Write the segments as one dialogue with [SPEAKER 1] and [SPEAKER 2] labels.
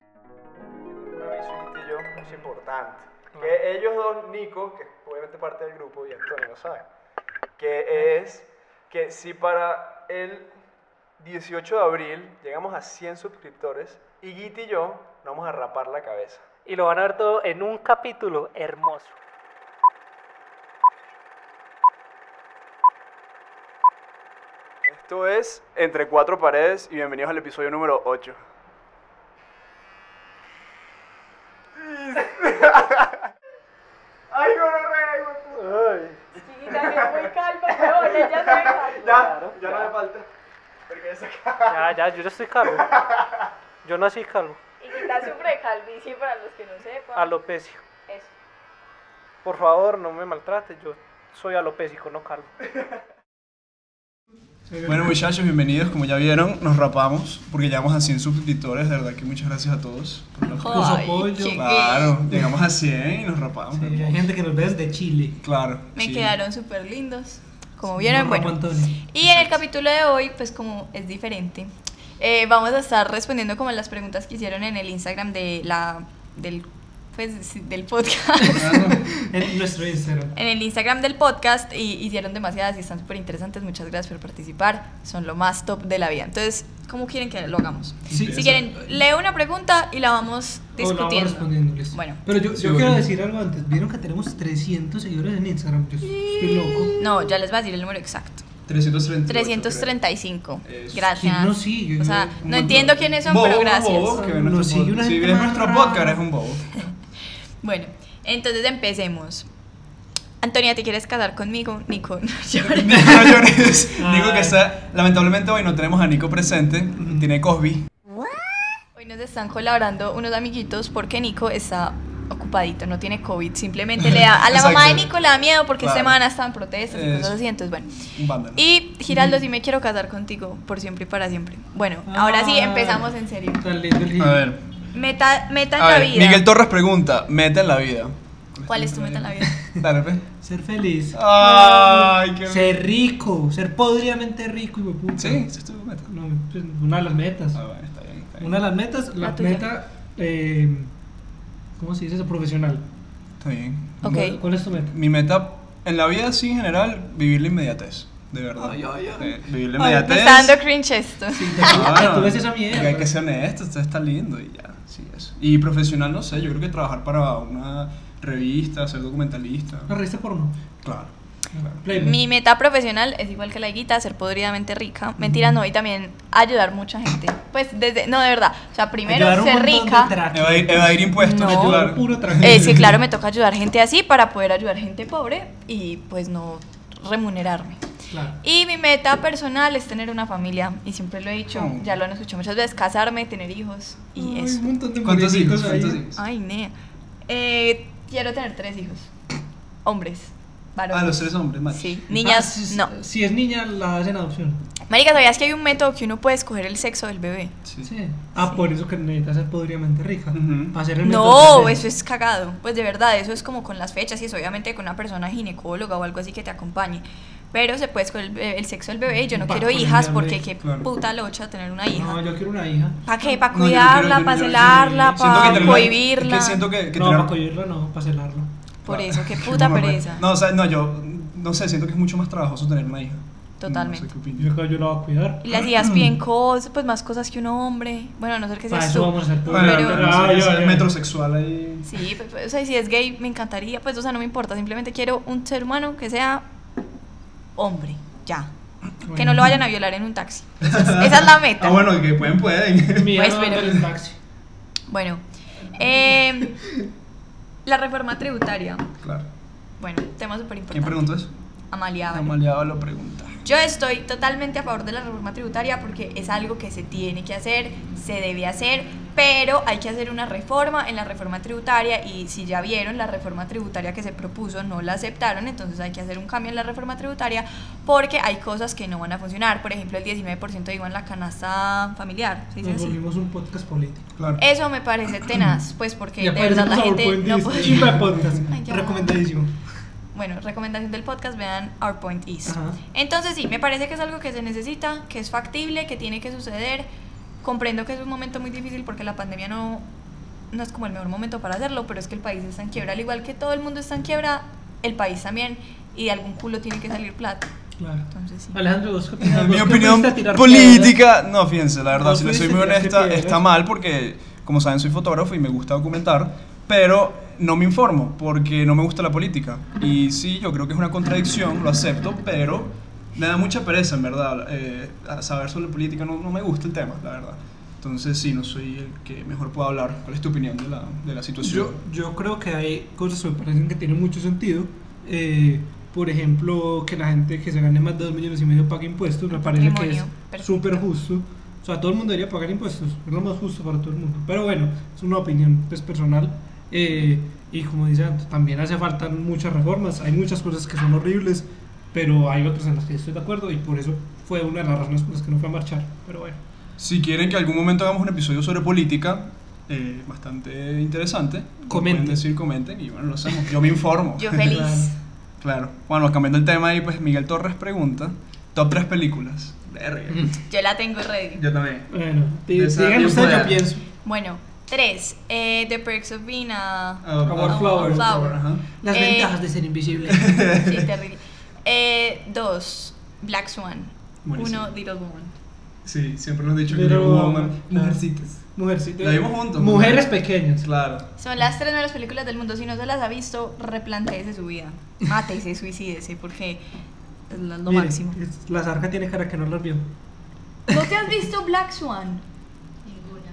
[SPEAKER 1] Un aviso chiquitillo, es importante. Que ellos dos, Nico, que es obviamente parte del grupo, y Antonio lo sabe, que es que si para el 18 de abril llegamos a 100 suscriptores, Iguita y yo nos vamos a rapar la cabeza.
[SPEAKER 2] Y lo van a ver todo en un capítulo hermoso.
[SPEAKER 1] Esto es Entre Cuatro Paredes y bienvenidos al episodio número 8. ¡Ay, gonorrea!
[SPEAKER 3] Chiquita, que muy calma, weón, ella no es calma.
[SPEAKER 1] Ya, ya no me falta. Porque esa cara.
[SPEAKER 2] Ya, ya, yo ya estoy calvo. Yo nací calvo.
[SPEAKER 3] Chiquita sufre de calvicie para los que no sepan.
[SPEAKER 2] Alopecio.
[SPEAKER 3] Eso.
[SPEAKER 2] Por favor, no me maltrates. Yo soy alopésico, no calvo.
[SPEAKER 1] Bueno muchachos, bienvenidos, como ya vieron, nos rapamos porque llegamos a 100 suscriptores, de verdad que muchas gracias a todos. por los-
[SPEAKER 4] Ay,
[SPEAKER 5] pollo.
[SPEAKER 4] llegué.
[SPEAKER 1] Claro, llegamos a 100 y nos rapamos.
[SPEAKER 5] Y Hay gente que nos ve desde Chile.
[SPEAKER 1] Claro.
[SPEAKER 4] Me
[SPEAKER 1] sí.
[SPEAKER 4] quedaron súper lindos. Como vieron,
[SPEAKER 5] Juan
[SPEAKER 4] bueno.
[SPEAKER 5] Antonio.
[SPEAKER 4] Y en el capítulo de hoy, pues como es diferente, eh, vamos a estar respondiendo como las preguntas que hicieron en el Instagram de la, del, pues, sí, del podcast.
[SPEAKER 5] En nuestro Instagram.
[SPEAKER 4] en el Instagram del podcast y hicieron demasiadas y están súper interesantes. Muchas gracias por participar. Son lo más top de la vida. Entonces, ¿cómo quieren que lo hagamos?
[SPEAKER 5] Sí,
[SPEAKER 4] Si quieren, leo una pregunta y la
[SPEAKER 5] O la vamos
[SPEAKER 4] vamos discutiendo.
[SPEAKER 5] respondiendo, listo.
[SPEAKER 4] Bueno.
[SPEAKER 5] Pero yo,
[SPEAKER 1] Sí,
[SPEAKER 5] yo
[SPEAKER 1] bueno.
[SPEAKER 5] quiero decir algo antes. Vieron que tenemos 300 seguidores en Instagram. Yo estoy loco.
[SPEAKER 4] No, ya les voy a decir el número exacto.
[SPEAKER 1] 338.
[SPEAKER 4] 335.
[SPEAKER 1] Eso.
[SPEAKER 4] Gracias.
[SPEAKER 5] ¿Quién nos sigue?
[SPEAKER 4] O sea,
[SPEAKER 5] Un
[SPEAKER 4] no
[SPEAKER 5] montón.
[SPEAKER 4] entiendo quiénes son,
[SPEAKER 1] Bobo,
[SPEAKER 4] pero
[SPEAKER 1] un
[SPEAKER 4] gracias.
[SPEAKER 1] bobo que ve nuestro
[SPEAKER 5] Nos sigue
[SPEAKER 1] pod-
[SPEAKER 5] una
[SPEAKER 1] Si
[SPEAKER 5] gente
[SPEAKER 1] ves
[SPEAKER 5] más
[SPEAKER 1] nuestro
[SPEAKER 5] rara.
[SPEAKER 1] podcast, es un bobo.
[SPEAKER 4] Bueno, entonces empecemos. Antonia, ¿te quieres casar conmigo? Nico, no llores.
[SPEAKER 1] No llores. Nico que
[SPEAKER 5] Ay.
[SPEAKER 1] está. Lamentablemente hoy no tenemos a Nico presente. Tiene Cosby.
[SPEAKER 4] Hoy nos están colaborando unos amiguitos porque Nico está ocupadito, no tiene COVID. Simplemente le da a la mamá de
[SPEAKER 1] Exacto.
[SPEAKER 4] Nico le da miedo porque
[SPEAKER 1] Claro.
[SPEAKER 4] esta semana están protestas y
[SPEAKER 1] Eso.
[SPEAKER 4] cosas así, entonces bueno.
[SPEAKER 1] Un vándalo.
[SPEAKER 4] Y Giraldo, sí me quiero casar contigo por siempre y para siempre. Bueno, ahora sí
[SPEAKER 5] Ah,
[SPEAKER 4] empezamos en serio.
[SPEAKER 5] Tan lindo el
[SPEAKER 1] A ver.
[SPEAKER 4] Meta, meta en
[SPEAKER 1] A
[SPEAKER 4] la
[SPEAKER 1] ver,
[SPEAKER 4] vida.
[SPEAKER 1] Miguel Torres pregunta: ¿Meta en la vida?
[SPEAKER 4] ¿Cuál es tu meta en la vida?
[SPEAKER 1] Dale, pues. pe.
[SPEAKER 5] Ser feliz.
[SPEAKER 1] Ay, qué
[SPEAKER 5] Ser rico. Ser podriamente rico y hueputa.
[SPEAKER 1] Sí, esa es tu meta.
[SPEAKER 5] No, pues, una de las metas.
[SPEAKER 1] Ah, bueno, está bien, está bien.
[SPEAKER 5] Una de las metas. La,
[SPEAKER 4] La tuya.
[SPEAKER 5] meta. eh, ¿Cómo se dice eso? Profesional.
[SPEAKER 1] Está bien.
[SPEAKER 4] Ok.
[SPEAKER 5] ¿Cuál- ¿Cuál es tu meta?
[SPEAKER 1] Mi meta en la vida, sí, en general, vivir la inmediatez. De verdad.
[SPEAKER 5] Ay, ay, ay.
[SPEAKER 1] Eh, vivir la
[SPEAKER 4] Ay, me
[SPEAKER 1] inmediatez.
[SPEAKER 4] está dando cringe esto.
[SPEAKER 1] Claro.
[SPEAKER 5] Tú ves esa mierda.
[SPEAKER 1] Que Hay que ser honesto, esto está lindo y ya. Sí, eso. Y profesional, no sé, yo creo que trabajar para una revista, ser documentalista.
[SPEAKER 5] Una revista porno. Ah,
[SPEAKER 1] Claro, claro.
[SPEAKER 5] Playboy.
[SPEAKER 4] Mi meta profesional es igual que la guita, ser podridamente rica. Mentira, no, y también ayudar mucha gente. Pues desde, no, de verdad. O sea, primero
[SPEAKER 5] Ayudar un
[SPEAKER 4] ser
[SPEAKER 5] montón de
[SPEAKER 4] rica.
[SPEAKER 5] tra-
[SPEAKER 1] Evadir, evadir impuestos,
[SPEAKER 4] No.
[SPEAKER 1] claro.
[SPEAKER 5] Puro tragedia.
[SPEAKER 4] Eh, sí, claro, me toca ayudar gente así para poder ayudar gente pobre y pues no remunerarme.
[SPEAKER 5] Claro.
[SPEAKER 4] Y mi meta personal es tener una familia. Y siempre lo he dicho,
[SPEAKER 1] Oh.
[SPEAKER 4] ya lo han escuchado muchas veces, casarme, tener hijos y
[SPEAKER 5] Ay,
[SPEAKER 4] eso.
[SPEAKER 5] Un montón de
[SPEAKER 1] ¿Cuántos hijos?
[SPEAKER 5] murecitos ahí.
[SPEAKER 1] ¿Cuántos hijos?
[SPEAKER 4] Ay, nea. Eh, quiero tener tres hijos. Hombres. Varones.
[SPEAKER 1] Ah, los tres hombres, macho.
[SPEAKER 4] Sí.
[SPEAKER 5] Ah,
[SPEAKER 4] Niñas,
[SPEAKER 5] si es-
[SPEAKER 4] no.
[SPEAKER 5] Si es niña, la hacen adopción.
[SPEAKER 4] Marica, ¿sabías que hay un método que uno puede escoger el sexo del bebé?
[SPEAKER 1] Sí.
[SPEAKER 5] Ah, por eso que necesitas ser podriamente rica.
[SPEAKER 1] Ujú.
[SPEAKER 5] Para ser el
[SPEAKER 4] No,
[SPEAKER 5] método
[SPEAKER 4] eso es cagado. Pues de verdad, eso es como con las fechas y eso obviamente con una persona ginecóloga o algo así que te acompañe. Pero se puede escoger el, bebé- el sexo del bebé y yo no
[SPEAKER 5] Pa'
[SPEAKER 4] quiero hijas
[SPEAKER 5] cuidarle,
[SPEAKER 4] porque qué
[SPEAKER 1] claro.
[SPEAKER 4] puta locha tener una
[SPEAKER 5] presente. No,
[SPEAKER 4] hija.
[SPEAKER 5] yo quiero una hija.
[SPEAKER 4] ¿Para qué? ¿Para
[SPEAKER 1] No, yo no
[SPEAKER 4] cuidarla?
[SPEAKER 1] quiero-
[SPEAKER 4] ¿Para
[SPEAKER 1] yo no quiero-
[SPEAKER 4] celarla?
[SPEAKER 1] Siento que
[SPEAKER 4] ¿Para
[SPEAKER 1] tener-
[SPEAKER 4] prohibirla?
[SPEAKER 1] Es que siento que, que
[SPEAKER 5] no,
[SPEAKER 1] tener-
[SPEAKER 5] para cogerla no, para celarlo.
[SPEAKER 4] Por
[SPEAKER 1] Ah,
[SPEAKER 4] eso, qué
[SPEAKER 1] qué
[SPEAKER 4] puta
[SPEAKER 1] mamá,
[SPEAKER 4] pereza.
[SPEAKER 1] No, o sea, no, yo no sé, siento que es mucho más trabajoso tener una hija.
[SPEAKER 4] Totalmente.
[SPEAKER 1] No sé qué opinas.
[SPEAKER 5] Yo creo que yo la voy a cuidar.
[SPEAKER 4] Y las
[SPEAKER 1] Mm.
[SPEAKER 4] hijas piden cosas, pues más cosas que un hombre. Bueno, a no ser que
[SPEAKER 5] Para
[SPEAKER 4] seas
[SPEAKER 5] eso
[SPEAKER 4] tú.
[SPEAKER 5] vamos a ser
[SPEAKER 1] Bueno,
[SPEAKER 4] Pero-
[SPEAKER 1] pero,
[SPEAKER 5] Ah,
[SPEAKER 1] es
[SPEAKER 5] ya, ya.
[SPEAKER 1] metrosexual ahí.
[SPEAKER 4] Sí, pues, pues, o sea, si es gay me encantaría, pues, o sea, no me importa, simplemente quiero un ser humano que sea hombre, ya. Que no lo vayan a violar en un taxi. Esa es, esa es la meta.
[SPEAKER 1] Ah, bueno, que pueden, pueden.
[SPEAKER 5] Mi
[SPEAKER 4] Pues,
[SPEAKER 5] hija
[SPEAKER 4] pero-
[SPEAKER 5] no anda en taxi.
[SPEAKER 4] Bueno, eh, la reforma tributaria.
[SPEAKER 1] claro.
[SPEAKER 4] Bueno, tema súper
[SPEAKER 1] ¿Quién
[SPEAKER 4] importante.
[SPEAKER 1] preguntó eso?
[SPEAKER 4] Amalia. Ávila.
[SPEAKER 1] Amaleado lo pregunta.
[SPEAKER 4] Yo estoy totalmente a favor de la reforma tributaria porque es algo que se tiene que hacer, se debe hacer, pero hay que hacer una reforma en la reforma tributaria y si ya vieron la reforma tributaria que se propuso no la aceptaron, entonces hay que hacer un cambio en la reforma tributaria porque hay cosas que no van a funcionar, por ejemplo el 19% de IVA en la canasta familiar, ¿se dice
[SPEAKER 5] Nos
[SPEAKER 4] así?
[SPEAKER 5] volvimos un podcast político.
[SPEAKER 1] Claro.
[SPEAKER 4] Eso me parece tenaz, pues porque de verdad la
[SPEAKER 5] parecemos
[SPEAKER 4] gente no
[SPEAKER 5] PowerPointista.
[SPEAKER 4] puede...
[SPEAKER 5] Chimba de podcast.
[SPEAKER 4] Ay, ya.
[SPEAKER 5] Recomendadísimo.
[SPEAKER 4] Bueno, recomendación del podcast, vean Our Point Is.
[SPEAKER 5] Ajá.
[SPEAKER 4] Entonces sí, me parece que es algo que se necesita, que es factible, que tiene que suceder. Comprendo que es un momento muy difícil porque la pandemia no no es como el mejor momento para hacerlo, pero es que el país está en quiebra. Al igual que todo el mundo está en quiebra, el país también. Y de algún culo tiene que salir plata.
[SPEAKER 6] Claro.
[SPEAKER 4] Entonces sí.
[SPEAKER 6] Alejandro, ¿vos qué opinas?
[SPEAKER 1] Mi
[SPEAKER 6] ¿Vos qué
[SPEAKER 1] opinión
[SPEAKER 6] pudiste tirar piedras?
[SPEAKER 1] política, no, fíjense, la verdad,
[SPEAKER 6] No
[SPEAKER 1] si les soy
[SPEAKER 6] pudiste
[SPEAKER 1] muy
[SPEAKER 6] tirar
[SPEAKER 1] honesta,
[SPEAKER 6] piedras.
[SPEAKER 1] está mal porque, como saben, soy fotógrafo y me gusta documentar, pero no me informo porque no me gusta la política. Y sí, yo creo que es una contradicción, lo acepto, pero me da mucha pereza, en verdad, eh, saber sobre política, no, no me gusta el tema, la verdad. Entonces, sí, no soy el que mejor pueda hablar. ¿Cuál es tu opinión de la, de la
[SPEAKER 7] Pues
[SPEAKER 1] situación?
[SPEAKER 6] Yo, yo creo que hay cosas que me parecen que tienen mucho sentido. Eh, por ejemplo, que la gente que se gane más de 2 millones y medio pague impuestos, me
[SPEAKER 4] Un
[SPEAKER 6] parece que
[SPEAKER 4] patrimonio,
[SPEAKER 6] es
[SPEAKER 4] perfecto.
[SPEAKER 6] súper justo. O sea, todo el mundo debería pagar impuestos, es lo más justo para todo el mundo. Pero bueno, es una opinión pues, personal. Eh, y como dice Anto, también hace falta muchas reformas. Hay muchas cosas que son horribles, pero hay otras en las que estoy de acuerdo y por eso fue una de las razones por las que no fue a marchar. Pero bueno.
[SPEAKER 1] Si quieren que algún momento hagamos un episodio sobre política, eh, bastante interesante,
[SPEAKER 6] Comenten.
[SPEAKER 1] comenten. decir, comenten y bueno, lo hacemos. Yo me informo.
[SPEAKER 4] Yo feliz.
[SPEAKER 1] Claro. Bueno, cambiando el tema ahí, pues Miguel Torres pregunta, top 3 películas. Verga.
[SPEAKER 6] Mm.
[SPEAKER 4] Yo la tengo ready.
[SPEAKER 7] Yo también.
[SPEAKER 6] Bueno, di-
[SPEAKER 7] Pensar
[SPEAKER 6] digan ustedes,
[SPEAKER 7] Mm. bien
[SPEAKER 6] yo
[SPEAKER 7] fuera.
[SPEAKER 6] pienso.
[SPEAKER 4] Bueno, tres. eh, The Perks of Being a-
[SPEAKER 1] Ah, ah,
[SPEAKER 6] Our
[SPEAKER 1] ah,
[SPEAKER 6] Flower.
[SPEAKER 4] Flower.
[SPEAKER 1] ajá.
[SPEAKER 6] Las
[SPEAKER 4] Eh,
[SPEAKER 6] ventajas de ser invisible.
[SPEAKER 4] Sí, terrible. Eh, dos. Black Swan.
[SPEAKER 1] Buenísimo.
[SPEAKER 4] Uno, Little Woman.
[SPEAKER 1] Sí, siempre nos han dicho que
[SPEAKER 6] Pero-
[SPEAKER 1] Little Woman,
[SPEAKER 6] Claro.
[SPEAKER 1] mujercitas.
[SPEAKER 6] Mujercitas.
[SPEAKER 1] La vimos juntos.
[SPEAKER 6] Mujeres pequeñas.
[SPEAKER 1] Claro.
[SPEAKER 4] Son las tres mejores películas del mundo. Si no se las ha visto, replanteese su vida. Mátese, suicídese, porque es lo lo
[SPEAKER 6] Mire,
[SPEAKER 4] máximo.
[SPEAKER 6] es- La zarca tiene cara que no las vio.
[SPEAKER 4] ¿No te has visto Black Swan?
[SPEAKER 3] Ninguna.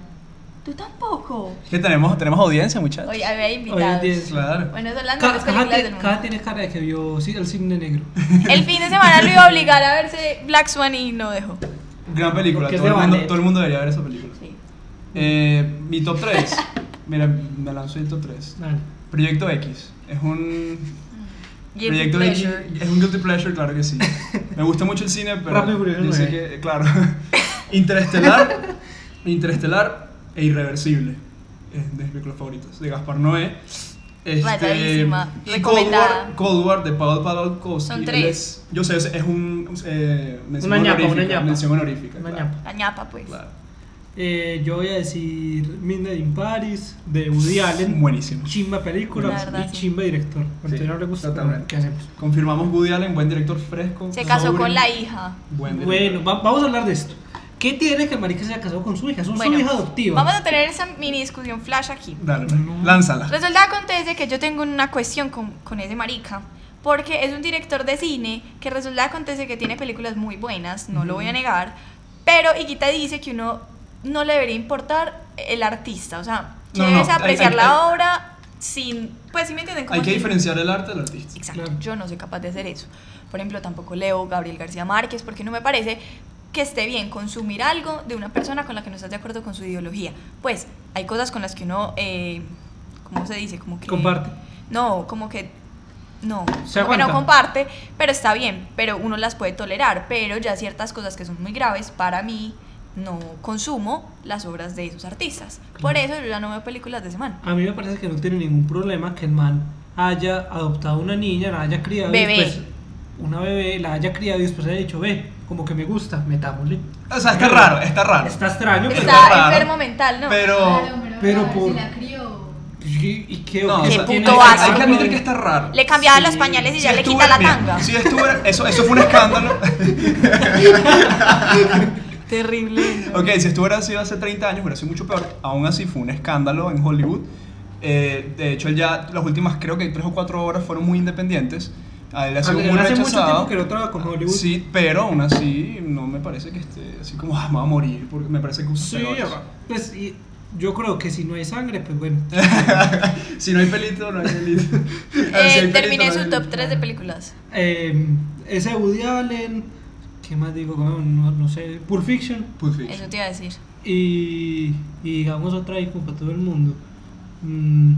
[SPEAKER 4] Tú tampoco.
[SPEAKER 1] Es que tenemos, tenemos audiencia, muchachos.
[SPEAKER 4] Hoy había
[SPEAKER 6] Hoy en
[SPEAKER 4] invitados.
[SPEAKER 6] día-
[SPEAKER 1] Claro.
[SPEAKER 4] Bueno, son las
[SPEAKER 6] Ca-
[SPEAKER 4] mejores
[SPEAKER 6] Caja
[SPEAKER 4] películas
[SPEAKER 6] ti-
[SPEAKER 4] del mundo.
[SPEAKER 6] Caja tiene cara de que vio sí, el cine negro.
[SPEAKER 4] El fin de semana lo iba a obligar a verse Black Swan y no dejó.
[SPEAKER 1] Gran película.
[SPEAKER 6] Porque es
[SPEAKER 1] Todo el,
[SPEAKER 6] de
[SPEAKER 1] mundo,
[SPEAKER 6] ballet.
[SPEAKER 1] todo el mundo debería ver esa película.
[SPEAKER 4] Sí.
[SPEAKER 1] Eh, mi top 3. Mira, me lanzó el top 3.
[SPEAKER 6] Dale.
[SPEAKER 1] Proyecto X. Es un.
[SPEAKER 4] Guilty
[SPEAKER 1] proyecto
[SPEAKER 4] pleasure.
[SPEAKER 1] X. Es un guilty pleasure, claro que sí. Me gusta mucho el cine, pero.
[SPEAKER 6] Rápido y Furioso
[SPEAKER 1] yo sé
[SPEAKER 6] nueve.
[SPEAKER 1] que- Claro. Interestelar. Interestelar e Irreversible. Es de mis películas favoritas. De Gaspar Noé. Este,
[SPEAKER 4] Rayadísima.
[SPEAKER 1] y Cold War,
[SPEAKER 4] Recomendada.
[SPEAKER 1] Cold War de Paul Padalkowski.
[SPEAKER 4] Son
[SPEAKER 1] Él
[SPEAKER 4] tres.
[SPEAKER 1] es- yo sé, es, es un. eh, mención
[SPEAKER 6] Una ñapa, una
[SPEAKER 1] honorífica,
[SPEAKER 6] ñapa.
[SPEAKER 1] Mención honorífica.
[SPEAKER 6] Una
[SPEAKER 1] claro,
[SPEAKER 6] ñapa.
[SPEAKER 4] La ñapa, pues.
[SPEAKER 1] claro.
[SPEAKER 6] Eh, yo voy a decir Midnight in Paris de Woody Allen.
[SPEAKER 1] Buenísimo.
[SPEAKER 6] Chimba película
[SPEAKER 4] La verdad,
[SPEAKER 6] y
[SPEAKER 4] sí.
[SPEAKER 6] chimba director. Cuando
[SPEAKER 1] Sí,
[SPEAKER 6] no le gusta, pero
[SPEAKER 1] totalmente.
[SPEAKER 6] ¿qué hacemos?
[SPEAKER 1] Confirmamos Woody Allen, buen director fresco.
[SPEAKER 4] Se casó
[SPEAKER 1] sobrio,
[SPEAKER 4] con la hija.
[SPEAKER 1] Buen director.
[SPEAKER 6] Bueno, va- vamos a hablar de esto. ¿Qué tiene que el marica se haya casado con su hija? Son
[SPEAKER 4] Bueno,
[SPEAKER 6] su hija adoptiva.
[SPEAKER 4] Vamos a tener esa mini discusión flash aquí.
[SPEAKER 1] Dale, pues, lánzala.
[SPEAKER 4] Resulta acontece que yo tengo una cuestión con, con ese marica. Porque es un director de cine que resulta acontece que tiene películas muy buenas, no lo voy a negar. Pero Higuita dice que uno no le debería importar el artista. O sea, que
[SPEAKER 1] No, no,
[SPEAKER 4] debes
[SPEAKER 1] hay-
[SPEAKER 4] apreciar
[SPEAKER 1] hay-
[SPEAKER 4] la
[SPEAKER 1] hay-
[SPEAKER 4] obra sin. Pues si me entienden como
[SPEAKER 1] Hay que
[SPEAKER 4] sin-
[SPEAKER 1] diferenciar el arte del artista.
[SPEAKER 4] Exacto,
[SPEAKER 6] Claro.
[SPEAKER 4] yo no soy capaz de hacer eso. Por ejemplo, tampoco leo Gabriel García Márquez porque no me parece que esté bien consumir algo de una persona con la que no estás de acuerdo con su ideología. Pues hay cosas con las que uno, eh, ¿cómo se dice? Como que...
[SPEAKER 6] Comparte.
[SPEAKER 4] No, como que... No,
[SPEAKER 6] Se
[SPEAKER 4] como que no
[SPEAKER 6] aguanta.
[SPEAKER 4] comparte, pero está bien, pero uno las puede tolerar, pero ya ciertas cosas que son muy graves para mí no consumo las obras de esos artistas. Por eso yo ya no veo películas de semana.
[SPEAKER 6] A mí me parece que no tiene ningún problema que el man haya adoptado una niña, la haya criado
[SPEAKER 4] Bebé.
[SPEAKER 6] y después una bebé, la haya criado y después haya dicho, ve, como que me gusta, metámosle.
[SPEAKER 1] O sea, está raro, está raro.
[SPEAKER 6] Está extraño, pero...
[SPEAKER 1] Está
[SPEAKER 4] Está
[SPEAKER 1] raro,
[SPEAKER 4] enfermo mental, ¿no?
[SPEAKER 1] Pero.
[SPEAKER 3] Claro, pero,
[SPEAKER 6] Pero
[SPEAKER 3] claro,
[SPEAKER 6] por-
[SPEAKER 3] si la crió.
[SPEAKER 6] ¿Y y qué?
[SPEAKER 1] No,
[SPEAKER 6] ¿Qué
[SPEAKER 1] o sea,
[SPEAKER 4] punto
[SPEAKER 1] hay-
[SPEAKER 6] tiene-
[SPEAKER 4] básico?
[SPEAKER 1] Hay que admitir que está raro.
[SPEAKER 4] Le cambiaba los
[SPEAKER 6] Sí.
[SPEAKER 4] pañales y ya le
[SPEAKER 1] estuvo-
[SPEAKER 4] quita la
[SPEAKER 1] mira,
[SPEAKER 4] tanga.
[SPEAKER 1] Si estuvo, eso, eso fue un escándalo.
[SPEAKER 4] Terrible.
[SPEAKER 1] ok, si esto hubiera sido hace 30 años, hubiera sido mucho peor. Aún así, fue un escándalo en Hollywood. Eh, de hecho, él ya las últimas, creo que tres o cuatro horas fueron muy independientes. A él ha
[SPEAKER 6] Hace,
[SPEAKER 1] sido muy
[SPEAKER 6] hace mucho
[SPEAKER 1] rechazado.
[SPEAKER 6] tiempo que no trabaja con Hollywood.
[SPEAKER 1] Sí, pero aún así, no me parece que esté así como, ah, me voy a morir, porque me parece que usa
[SPEAKER 6] Sí,
[SPEAKER 1] peores.
[SPEAKER 6] pues y yo creo que si no hay sangre, pues bueno.
[SPEAKER 1] Eh, Si no hay pelito, no hay pelito.
[SPEAKER 4] Eh,
[SPEAKER 1] Si hay pelito, no hay
[SPEAKER 4] terminé su
[SPEAKER 1] pelito.
[SPEAKER 4] top 3 de películas.
[SPEAKER 6] Eh, ese Woody Allen, ¿qué más digo? No, no- no sé, Pulp Fiction.
[SPEAKER 1] Pulp
[SPEAKER 4] Eso
[SPEAKER 1] Fiction.
[SPEAKER 4] te iba a decir.
[SPEAKER 6] Y, y digamos otra ahí como para todo el mundo. Mm,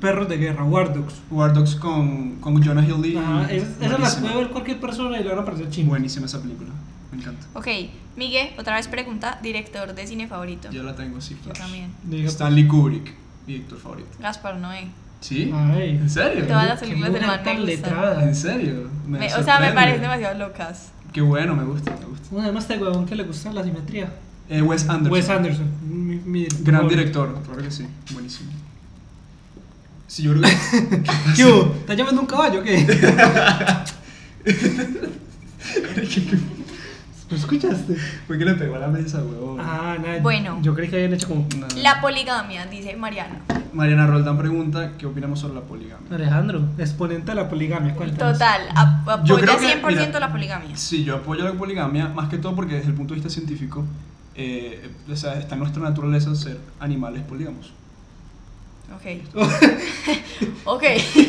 [SPEAKER 6] perros de guerra, War Dogs. Mm,
[SPEAKER 1] War Dogs con, con Jonah Hill y...
[SPEAKER 6] Ajá, es- esas las
[SPEAKER 1] Buenísima.
[SPEAKER 6] puede ver cualquier persona y le van a parecer chingón.
[SPEAKER 1] Buenísima esa película, me encanta.
[SPEAKER 4] Ok, Miguel, otra vez pregunta, director de cine favorito.
[SPEAKER 1] Yo la tengo así.
[SPEAKER 4] Yo
[SPEAKER 1] flash.
[SPEAKER 4] también.
[SPEAKER 6] Diga, pues,
[SPEAKER 1] Stanley Kubrick, mi director favorito.
[SPEAKER 4] Gaspar Noé.
[SPEAKER 1] ¿Sí?
[SPEAKER 4] Ah.
[SPEAKER 6] Ay.
[SPEAKER 1] ¿En serio? Ah,
[SPEAKER 4] Todas las
[SPEAKER 6] qué
[SPEAKER 4] películas pues, del man
[SPEAKER 6] mujer
[SPEAKER 4] me
[SPEAKER 6] tan
[SPEAKER 4] gustan.
[SPEAKER 6] letrada.
[SPEAKER 1] ¿En serio? Me
[SPEAKER 4] Me- o sea,
[SPEAKER 1] sorprende.
[SPEAKER 4] me parecen demasiado locas.
[SPEAKER 1] Qué bueno, me gusta, me gusta.
[SPEAKER 6] Bueno, además este huevón que le gusta la simetría.
[SPEAKER 1] Eh, Wes Anderson.
[SPEAKER 6] Wes Anderson, mi mi
[SPEAKER 1] Gran
[SPEAKER 6] favorito.
[SPEAKER 1] director, claro que sí. Buenísimo. Sí, yo creo que.
[SPEAKER 6] ¿Qué hubo? ¿Estás llamando un caballo o qué? ¿Lo escuchaste?
[SPEAKER 1] Fue que le pegó a la mesa, huevón.
[SPEAKER 6] Ah, nada.
[SPEAKER 4] Bueno.
[SPEAKER 6] Yo creí que habían hecho como.
[SPEAKER 1] Nada.
[SPEAKER 4] La poligamia, dice Mariana.
[SPEAKER 1] Mariana Roldán pregunta: ¿Qué opinamos sobre la poligamia?
[SPEAKER 6] Alejandro, exponente de la poligamia. Cuéntanos.
[SPEAKER 4] Total, ah. ap-
[SPEAKER 1] Yo
[SPEAKER 4] apoya
[SPEAKER 1] creo que,
[SPEAKER 4] 100%
[SPEAKER 1] mira,
[SPEAKER 4] la poligamia.
[SPEAKER 1] Sí, yo apoyo la poligamia, más que todo porque desde el punto de vista científico, eh, o sea, está en nuestra naturaleza ser animales polígamos.
[SPEAKER 4] Ok. ok.
[SPEAKER 1] Es que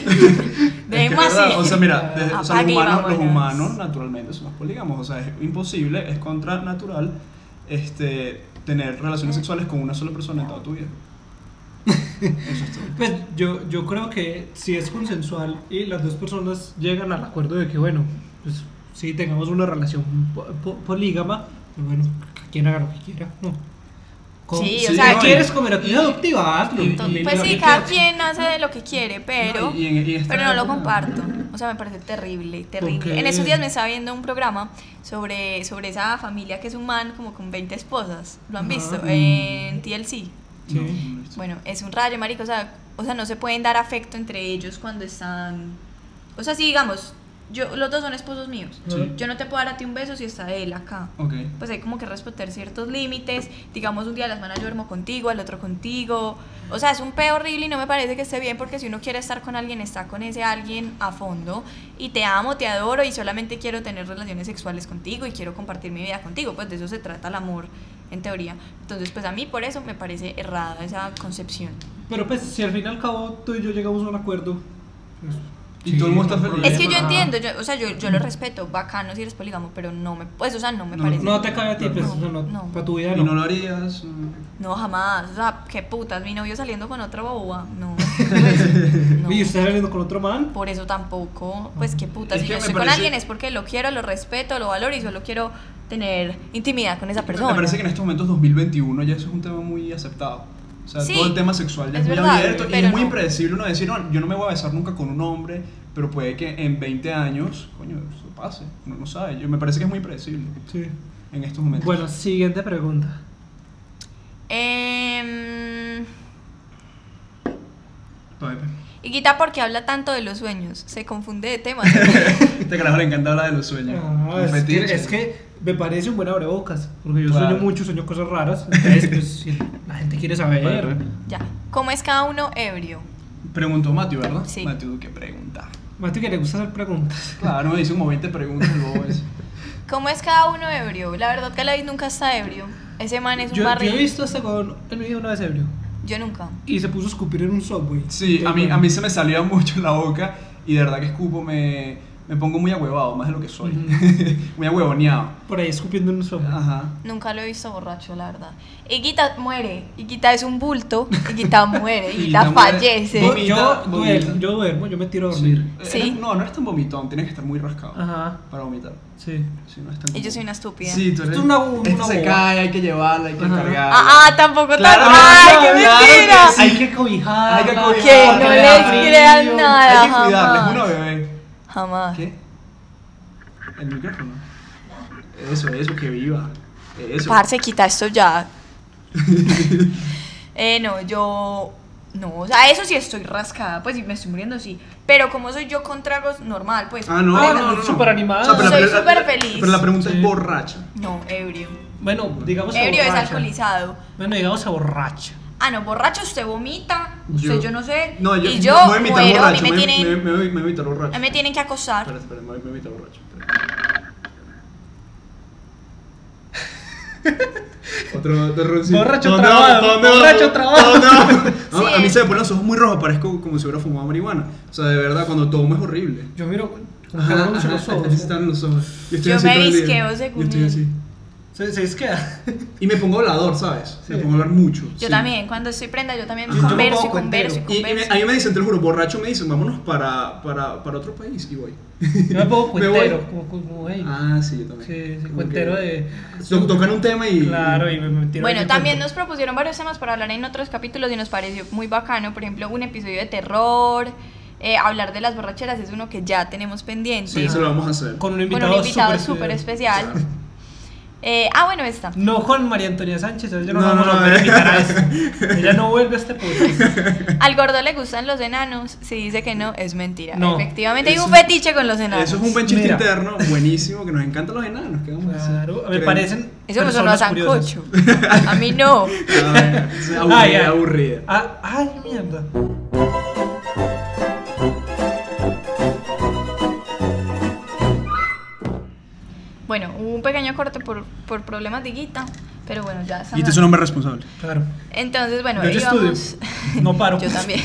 [SPEAKER 4] Dejemos
[SPEAKER 1] es verdad,
[SPEAKER 4] así.
[SPEAKER 1] O sea, mira, desde- o sea, los,
[SPEAKER 4] Apague y
[SPEAKER 1] humanos, los
[SPEAKER 4] vámonos.
[SPEAKER 1] humanos naturalmente somos polígamos. O sea, es imposible, es contranatural este, tener
[SPEAKER 4] Mm.
[SPEAKER 1] relaciones sexuales con una sola persona en toda tu vida. Eso es todo.
[SPEAKER 6] Pues yo, yo creo que si es consensual y las dos personas llegan al acuerdo de que, bueno, pues si tengamos una relación po- po- polígama, pues bueno, que quien haga lo que quiera, ¿no? Con-
[SPEAKER 4] Sí,
[SPEAKER 6] si
[SPEAKER 4] o sea,
[SPEAKER 6] no
[SPEAKER 4] que-
[SPEAKER 6] quieres comer a tu hija adoptiva, hazlo.
[SPEAKER 1] y-
[SPEAKER 6] Y-
[SPEAKER 4] Pues
[SPEAKER 6] lo
[SPEAKER 4] sí,
[SPEAKER 6] que
[SPEAKER 4] cada
[SPEAKER 6] quieras.
[SPEAKER 4] quien hace lo que quiere, pero,
[SPEAKER 1] No, y- y en- y esta
[SPEAKER 4] pero no lo
[SPEAKER 1] época-
[SPEAKER 4] comparto. O sea, me parece terrible, terrible.
[SPEAKER 6] qué?
[SPEAKER 4] En esos días me estaba viendo un programa sobre, sobre esa familia que es un man como con 20 esposas. ¿Lo han
[SPEAKER 6] Ajá.
[SPEAKER 4] visto? En TLC.
[SPEAKER 6] Sí.
[SPEAKER 1] No, no lo he visto.
[SPEAKER 4] Bueno, es un rayo, marico. O sea, o sea, no se pueden dar afecto entre ellos cuando están... O sea, si digamos, yo, los dos son esposos míos.
[SPEAKER 1] Sí.
[SPEAKER 4] Yo no te puedo dar a ti un beso si está él acá
[SPEAKER 1] Ok.
[SPEAKER 4] pues hay como que respetar ciertos límites. Digamos, un día de la semana yo duermo contigo, al otro contigo. O sea, es un peo horrible y no me parece que esté bien porque si uno quiere estar con alguien, está con ese alguien a fondo. Y te amo, te adoro y solamente quiero tener relaciones sexuales contigo y quiero compartir mi vida contigo. Pues de eso se trata el amor, en teoría. Entonces, pues a mí por eso me parece errada esa concepción.
[SPEAKER 6] Pero pues si al fin y al cabo tú y yo llegamos a un acuerdo. pues, Ah.
[SPEAKER 1] Y todo el mundo
[SPEAKER 6] no
[SPEAKER 1] está
[SPEAKER 6] hay
[SPEAKER 1] feliz.
[SPEAKER 4] Es que yo
[SPEAKER 6] problema.
[SPEAKER 4] entiendo, yo- o sea, yo, yo lo respeto, bacano si eres polígamo, pero no me, pues, o sea, no me
[SPEAKER 1] No,
[SPEAKER 4] parece.
[SPEAKER 6] No te cabe a ti, pues,
[SPEAKER 4] No,
[SPEAKER 6] o sea, no,
[SPEAKER 4] no.
[SPEAKER 6] para tu vida
[SPEAKER 1] Y
[SPEAKER 6] no.
[SPEAKER 1] no lo harías. mm.
[SPEAKER 4] No, jamás. O sea, qué putas, mi novio saliendo con otra boba. No. pues, no.
[SPEAKER 6] Y estás saliendo con otro man.
[SPEAKER 4] Por eso tampoco. Pues qué putas.
[SPEAKER 1] Es
[SPEAKER 4] si
[SPEAKER 1] que
[SPEAKER 4] yo
[SPEAKER 1] me
[SPEAKER 4] estoy con
[SPEAKER 1] parece-
[SPEAKER 4] alguien es porque lo quiero, lo respeto, lo valoro y solo quiero tener intimidad con esa persona.
[SPEAKER 1] Me parece que en estos momentos 2021 ya eso es un tema muy aceptado. O sea,
[SPEAKER 4] Sí,
[SPEAKER 1] todo el tema sexual ya es,
[SPEAKER 4] es
[SPEAKER 1] muy
[SPEAKER 4] verdad,
[SPEAKER 1] abierto y
[SPEAKER 4] pero
[SPEAKER 1] es muy
[SPEAKER 4] no.
[SPEAKER 1] impredecible uno decir, no, yo no me voy a besar nunca con un hombre, pero puede que en 20 años, coño, eso pase. Uno no sabe. Yo, me parece que es muy impredecible
[SPEAKER 6] Sí.
[SPEAKER 1] en estos momentos.
[SPEAKER 6] Bueno, siguiente pregunta.
[SPEAKER 4] Em,
[SPEAKER 1] Pepe.
[SPEAKER 4] Higuita, ¿por qué habla tanto de los sueños? Se confunde de temas.
[SPEAKER 1] Este carajo le encanta hablar de los sueños.
[SPEAKER 6] Ah,
[SPEAKER 1] Un
[SPEAKER 6] es, que,
[SPEAKER 1] fetiche.
[SPEAKER 6] es que me parece un buen abrebocas. Porque yo
[SPEAKER 1] Claro.
[SPEAKER 6] sueño mucho, sueño cosas raras. Entonces, pues, si la gente quiere saber.
[SPEAKER 1] Bueno.
[SPEAKER 4] ya. ¿Cómo es cada uno ebrio?
[SPEAKER 1] pues, Preguntó Matthew, ¿verdad?
[SPEAKER 4] Sí.
[SPEAKER 1] Matthew, ¿qué pregunta?
[SPEAKER 6] Mati, que le gusta hacer preguntas.
[SPEAKER 1] Claro, me dice como 20 preguntas luego eso.
[SPEAKER 4] ¿Cómo es cada uno ebrio? La verdad que David nunca está ebrio. Ese man es un
[SPEAKER 6] Yo, yo
[SPEAKER 4] barril.
[SPEAKER 6] he visto a este huevón en mi vida una vez ebrio.
[SPEAKER 4] Yo nunca.
[SPEAKER 6] Y se puso a escupir en un subway.
[SPEAKER 1] Sí, a mí, a mí se me salía mucho la boca y de verdad que escupo, me, me pongo muy ahuevado, más de lo que soy. muy ahuevoneado.
[SPEAKER 6] Por ahí escupiendo en un subway.
[SPEAKER 1] Ajá.
[SPEAKER 4] Nunca lo he visto borracho, la verdad. Higuita muere. Higuita es un bulto. Higuita muere. Higuita
[SPEAKER 1] Higuita muere.
[SPEAKER 4] fallece.
[SPEAKER 6] Yo,
[SPEAKER 1] Vomita,
[SPEAKER 6] yo
[SPEAKER 1] vomita.
[SPEAKER 6] duermo, yo duermo, yo me tiro a dormir.
[SPEAKER 4] Sí.
[SPEAKER 1] Eres- Eh, no, no eres tan vomitón, tienes que estar muy rascado
[SPEAKER 6] Ajá,
[SPEAKER 1] para vomitar.
[SPEAKER 6] sí.
[SPEAKER 1] Sí, no es tan
[SPEAKER 4] Y yo soy una
[SPEAKER 1] como-
[SPEAKER 4] estúpida.
[SPEAKER 1] Sí, tú eres.
[SPEAKER 6] Esto es una- una
[SPEAKER 1] Esta se
[SPEAKER 6] boba.
[SPEAKER 1] cae, hay que llevarla, hay que
[SPEAKER 6] Ajá.
[SPEAKER 1] cargarla.
[SPEAKER 4] Ah, ah, tampoco
[SPEAKER 1] Claro,
[SPEAKER 4] tan. ¡Ay, qué
[SPEAKER 1] claro que
[SPEAKER 4] mentira!
[SPEAKER 1] Sí.
[SPEAKER 6] Hay que cobijar.
[SPEAKER 1] Hay que cobijarla,
[SPEAKER 4] Que no
[SPEAKER 1] le
[SPEAKER 4] les
[SPEAKER 1] da frío.
[SPEAKER 4] crean nada.
[SPEAKER 1] Hay que cuidarla, es
[SPEAKER 4] jamás.
[SPEAKER 1] una bebé.
[SPEAKER 4] Jamás.
[SPEAKER 1] ¿Qué? El micrófono. Eso, eso, que viva. Eso.
[SPEAKER 4] Parce, quita esto ya. eh, no, yo. No, o sea, eso sí estoy rascada, pues si me estoy muriendo, sí. Pero como soy yo con tragos, normal, pues.
[SPEAKER 1] Ah, no, no,
[SPEAKER 6] Ah,
[SPEAKER 1] no,
[SPEAKER 6] no,
[SPEAKER 1] no.
[SPEAKER 6] súper animada.
[SPEAKER 1] pero la
[SPEAKER 4] Soy
[SPEAKER 1] pre-
[SPEAKER 4] súper
[SPEAKER 1] la-
[SPEAKER 4] feliz.
[SPEAKER 1] Pero la pregunta
[SPEAKER 6] Sí.
[SPEAKER 1] es borracha.
[SPEAKER 4] No, ebrio.
[SPEAKER 6] Bueno, digamos que
[SPEAKER 4] Ebrio es
[SPEAKER 6] borracha.
[SPEAKER 4] alcoholizado.
[SPEAKER 6] Bueno, digamos a borracha.
[SPEAKER 4] Ah, no, borracho usted vomita, usted
[SPEAKER 1] Yo-
[SPEAKER 4] yo, no sé.
[SPEAKER 1] No, yo,
[SPEAKER 4] y yo
[SPEAKER 1] me voy a imitar
[SPEAKER 4] muero, a mí
[SPEAKER 1] borracho.
[SPEAKER 4] me
[SPEAKER 1] me,
[SPEAKER 4] tienen,
[SPEAKER 1] me- me voy- me voy a imitar borracho.
[SPEAKER 4] a mí me tienen que acosar.
[SPEAKER 1] Espera, espera, me voy me voy a imitar borracho. espera. Otro, otro roncito.
[SPEAKER 6] Borracho
[SPEAKER 1] ¿Dónde
[SPEAKER 6] trabado,
[SPEAKER 1] vamos? ¿Dónde vamos?
[SPEAKER 6] borracho trabado.
[SPEAKER 1] ¿Dónde vamos? No,
[SPEAKER 4] Sí,
[SPEAKER 1] a mí
[SPEAKER 4] es.
[SPEAKER 1] se me ponen los ojos muy rojos, parezco como si hubiera fumado marihuana. O sea, de verdad, cuando tomo es horrible.
[SPEAKER 6] Yo miro con
[SPEAKER 1] Ajá,
[SPEAKER 6] calor mucho
[SPEAKER 1] ajá,
[SPEAKER 6] los
[SPEAKER 1] así
[SPEAKER 6] ojos.
[SPEAKER 1] están los ojos. estoy
[SPEAKER 4] Yo
[SPEAKER 1] así
[SPEAKER 4] me
[SPEAKER 1] todo el día.
[SPEAKER 4] visqueo
[SPEAKER 1] Yo
[SPEAKER 4] según
[SPEAKER 1] estoy
[SPEAKER 4] él.
[SPEAKER 1] así.
[SPEAKER 6] Se, se desqueda.
[SPEAKER 1] Y me pongo hablador, ¿sabes? Me
[SPEAKER 6] Sí.
[SPEAKER 1] pongo a hablar mucho.
[SPEAKER 4] Yo
[SPEAKER 1] sí.
[SPEAKER 4] también, cuando estoy prenda, yo también
[SPEAKER 6] Yo- yo me
[SPEAKER 4] converso y
[SPEAKER 6] pongo
[SPEAKER 4] converso y
[SPEAKER 1] Y, y me-
[SPEAKER 4] converso.
[SPEAKER 1] a mí me dicen, te lo juro, borracho me dicen, vámonos para, para, para otro país y voy.
[SPEAKER 6] Yo me pongo
[SPEAKER 1] Me voy.
[SPEAKER 6] cuentero, como, como, hey.
[SPEAKER 1] Ah, sí, yo también.
[SPEAKER 6] Sí, sí,
[SPEAKER 1] Como
[SPEAKER 6] cuentero
[SPEAKER 1] que-
[SPEAKER 6] de.
[SPEAKER 1] To- tocan un tema y.
[SPEAKER 6] Claro, y me metieron.
[SPEAKER 4] Bueno, también nos propusieron varios temas para hablar en otros capítulos y nos pareció muy bacano. Por ejemplo, un episodio de terror, eh, hablar de las borracheras es uno que ya tenemos pendiente.
[SPEAKER 1] Sí, eso lo vamos a hacer.
[SPEAKER 6] Con un
[SPEAKER 4] Con
[SPEAKER 6] invitado,
[SPEAKER 4] un invitado
[SPEAKER 6] súper
[SPEAKER 4] súper especial. Eh, ah, bueno, esta.
[SPEAKER 6] No con María Antonia Sánchez, ella no,
[SPEAKER 1] No,
[SPEAKER 6] la vamos
[SPEAKER 1] no,
[SPEAKER 6] a volver a
[SPEAKER 1] eh.
[SPEAKER 6] invitar a esto. Ella no vuelve a este podcast.
[SPEAKER 4] Al gordo le gustan los enanos. Si dice que no, es mentira.
[SPEAKER 6] No,
[SPEAKER 4] Efectivamente, hay
[SPEAKER 1] eso-
[SPEAKER 4] un fetiche con los enanos.
[SPEAKER 1] Eso es un buen chiste
[SPEAKER 6] Mira.
[SPEAKER 1] interno, buenísimo, que nos encantan los enanos. ¿qué vamos a hacer?
[SPEAKER 6] Claro, me
[SPEAKER 1] Creo.
[SPEAKER 6] parecen.
[SPEAKER 4] Eso me sonó a
[SPEAKER 6] personas curiosas.
[SPEAKER 4] sancocho. A mí no.
[SPEAKER 1] Ah, bueno, es aburrida,
[SPEAKER 6] Ay, ay.
[SPEAKER 1] aburrida.
[SPEAKER 6] Ah, ay, mierda.
[SPEAKER 4] Bueno, hubo un pequeño corte por, por problemas de guita, pero bueno, ya
[SPEAKER 1] Y
[SPEAKER 4] sanamos.
[SPEAKER 1] este es un hombre responsable.
[SPEAKER 6] Claro.
[SPEAKER 4] Entonces, bueno,
[SPEAKER 6] Yo ya
[SPEAKER 4] íbamos...
[SPEAKER 6] estudio. No paro.
[SPEAKER 4] Yo también.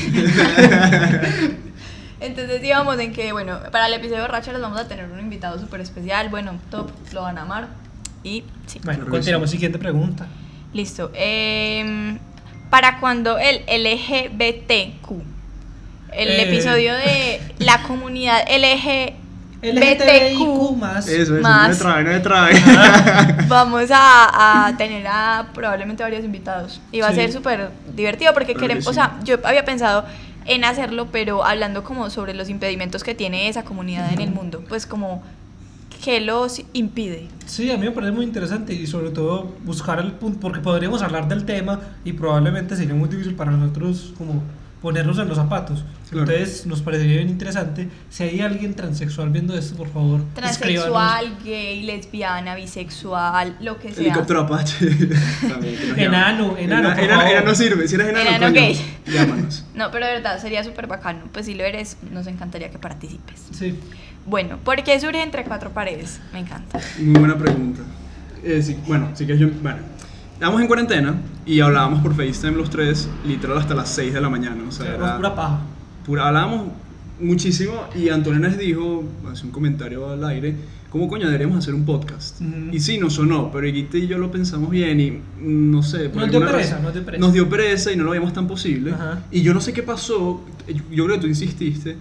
[SPEAKER 4] Entonces íbamos en que, bueno, para el episodio de Ratchet les vamos a tener un invitado súper especial. Bueno, top, lo van a amar. Y sí.
[SPEAKER 6] Bueno,
[SPEAKER 1] Qué
[SPEAKER 6] continuamos. Siguiente pregunta.
[SPEAKER 4] Listo. Em, ¿Para cuando el LGBTQ? El
[SPEAKER 6] Eh.
[SPEAKER 4] episodio de la comunidad
[SPEAKER 6] LGTBIQ
[SPEAKER 4] LGBTQ.
[SPEAKER 6] más.
[SPEAKER 1] Eso, eso,
[SPEAKER 4] Más.
[SPEAKER 1] no le trabe, no le trabe.
[SPEAKER 6] Ah,
[SPEAKER 4] Vamos a, a tener a probablemente varios invitados. Y va
[SPEAKER 6] Sí.
[SPEAKER 4] a ser súper divertido porque
[SPEAKER 1] Claro que
[SPEAKER 4] queremos, o
[SPEAKER 1] sí.
[SPEAKER 4] sea, yo había pensado en hacerlo, pero hablando como sobre los impedimentos que tiene esa comunidad en el mundo. Pues como, ¿qué los impide?
[SPEAKER 6] Sí, a mí me parece muy interesante y sobre todo buscar el punto, porque podríamos hablar del tema y probablemente sería muy difícil para nosotros como ponernos en los zapatos.
[SPEAKER 1] Claro.
[SPEAKER 6] Entonces nos parecería bien interesante. Si hay alguien transexual viendo esto, por favor, escríbanos.
[SPEAKER 4] Transexual, gay, lesbiana, bisexual, lo que sea.
[SPEAKER 1] Helicóptero Apache. También, que nos llaman.
[SPEAKER 6] Enano, enano, por
[SPEAKER 1] Enano,
[SPEAKER 6] favor.
[SPEAKER 1] enano sirve. Si eres enano,
[SPEAKER 4] Enano
[SPEAKER 1] coño,
[SPEAKER 4] gay.
[SPEAKER 1] llámanos.
[SPEAKER 4] No, pero de verdad sería súper bacano. Pues si lo eres, nos encantaría que participes.
[SPEAKER 6] Sí.
[SPEAKER 4] Bueno, ¿por qué surge entre cuatro paredes? Me encanta.
[SPEAKER 1] Muy buena pregunta. Eh, sí, bueno, sí que yo. Bueno, estábamos en cuarentena y hablábamos por FaceTime los tres, literal hasta las 6 de la mañana. O sea,
[SPEAKER 6] Tenemos
[SPEAKER 1] era-
[SPEAKER 6] pura paja.
[SPEAKER 1] pura- hablábamos muchísimo y Antonio nos dijo, hace un comentario al aire, ¿cómo coño deberíamos hacer un podcast?
[SPEAKER 6] Ujú.
[SPEAKER 1] Y sí, nos sonó, pero Guita y yo lo pensamos bien y mm, no sé.
[SPEAKER 6] Nos dio
[SPEAKER 1] alguna
[SPEAKER 6] pereza,
[SPEAKER 1] razón-
[SPEAKER 6] nos dio pereza.
[SPEAKER 1] Nos dio pereza y no lo veíamos tan posible.
[SPEAKER 6] Ajá.
[SPEAKER 1] Y yo no sé qué pasó, yo- yo creo que tú insististe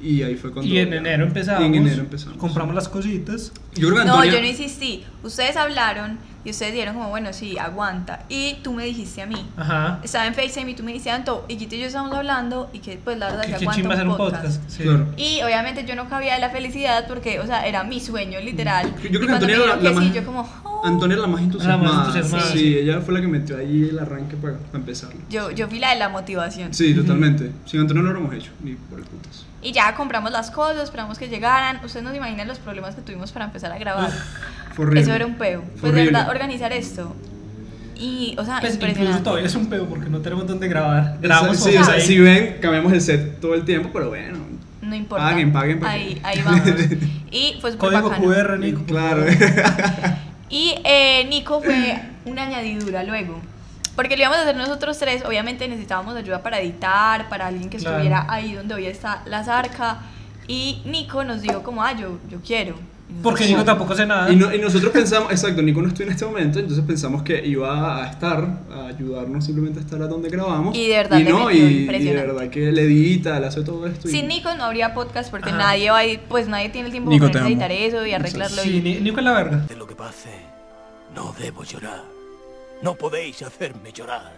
[SPEAKER 1] y ahí fue cuando...
[SPEAKER 6] Y en enero empezamos.
[SPEAKER 1] En enero empezamos.
[SPEAKER 6] Compramos las cositas.
[SPEAKER 1] Yo creo que
[SPEAKER 4] No,
[SPEAKER 1] Antonio-
[SPEAKER 4] yo no insistí. Ustedes hablaron y ustedes dijeron como, bueno, sí, aguanta. Y tú me dijiste a mí.
[SPEAKER 6] Ajá.
[SPEAKER 4] Estaba en FaceTime y tú me dijiste, Anto, y Guito y yo estábamos hablando y que pues la verdad
[SPEAKER 6] Que
[SPEAKER 4] que
[SPEAKER 6] qué
[SPEAKER 4] aguanta
[SPEAKER 6] chimba hacer
[SPEAKER 4] un
[SPEAKER 6] un
[SPEAKER 4] podcast.
[SPEAKER 6] podcast. Sí.
[SPEAKER 1] Claro.
[SPEAKER 4] Y obviamente yo no cabía de la felicidad porque, o sea, era mi sueño, literal.
[SPEAKER 1] Yo creo
[SPEAKER 4] y
[SPEAKER 1] que
[SPEAKER 4] cuando
[SPEAKER 1] Antonia
[SPEAKER 4] me
[SPEAKER 1] era
[SPEAKER 4] dijeron
[SPEAKER 1] la,
[SPEAKER 4] que
[SPEAKER 1] más.
[SPEAKER 4] sí, yo como, oh.
[SPEAKER 1] Antonia era la más entusiasmada.
[SPEAKER 6] entusiasmada,
[SPEAKER 1] sí,
[SPEAKER 6] sí.
[SPEAKER 1] ella fue la que metió ahí el arranque para, para empezarlo.
[SPEAKER 4] yo, yo fui la de la motivación.
[SPEAKER 1] Sí, totalmente. Sin Antonio no lo hubiéramos hecho, ni por el putas.
[SPEAKER 4] Y ya compramos las cosas, esperamos que llegaran. Ustedes no se imaginan los problemas que tuvimos para empezar a grabar.
[SPEAKER 1] Fue horrible.
[SPEAKER 4] Eso era un peo. Pues de
[SPEAKER 1] Horrible.
[SPEAKER 4] verdad, organizar esto. Y, o sea,
[SPEAKER 6] Pues incluso
[SPEAKER 4] impresionante.
[SPEAKER 6] todavía es un pedo porque no tenemos dónde grabar. Grabamos
[SPEAKER 1] Sí, o sea,
[SPEAKER 6] online.
[SPEAKER 1] si ven, cambiamos el set todo el tiempo, pero bueno.
[SPEAKER 4] No importa.
[SPEAKER 1] Paguen, paguen, porque-
[SPEAKER 4] Ahí, ahí vamos. Y fue súper
[SPEAKER 6] Código
[SPEAKER 4] bacano.
[SPEAKER 6] QR, Nico.
[SPEAKER 1] Claro.
[SPEAKER 4] Y eh, Nico fue una añadidura luego. Porque lo íbamos a hacer nosotros tres. Obviamente necesitábamos ayuda para editar, para alguien que
[SPEAKER 6] Claro.
[SPEAKER 4] estuviera ahí donde hoy está la zarca. Y Nico nos dijo como, ah, yo, yo quiero. Y nosotros
[SPEAKER 6] Porque Nico tampoco hace nada.
[SPEAKER 1] Y, no- y nosotros pensamos, exacto, Nico no estoy en este momento, entonces pensamos que iba a estar, a ayudarnos simplemente a estar a donde grabamos.
[SPEAKER 4] Y de verdad
[SPEAKER 1] y
[SPEAKER 4] le
[SPEAKER 1] no, y,
[SPEAKER 4] metió,
[SPEAKER 1] y de
[SPEAKER 4] impresionante.
[SPEAKER 1] verdad que le edita, le hace todo esto. y-
[SPEAKER 4] Sin Nico no habría podcast porque
[SPEAKER 6] Ajá.
[SPEAKER 4] nadie va a, ed- pues nadie tiene el tiempo
[SPEAKER 1] Nico,
[SPEAKER 4] para
[SPEAKER 1] te
[SPEAKER 4] editar
[SPEAKER 1] amo.
[SPEAKER 4] eso y arreglarlo.
[SPEAKER 6] Sí,
[SPEAKER 4] y-
[SPEAKER 6] Ni- Nico es la verga.
[SPEAKER 7] De lo que pase, no debo llorar. No podéis hacerme llorar.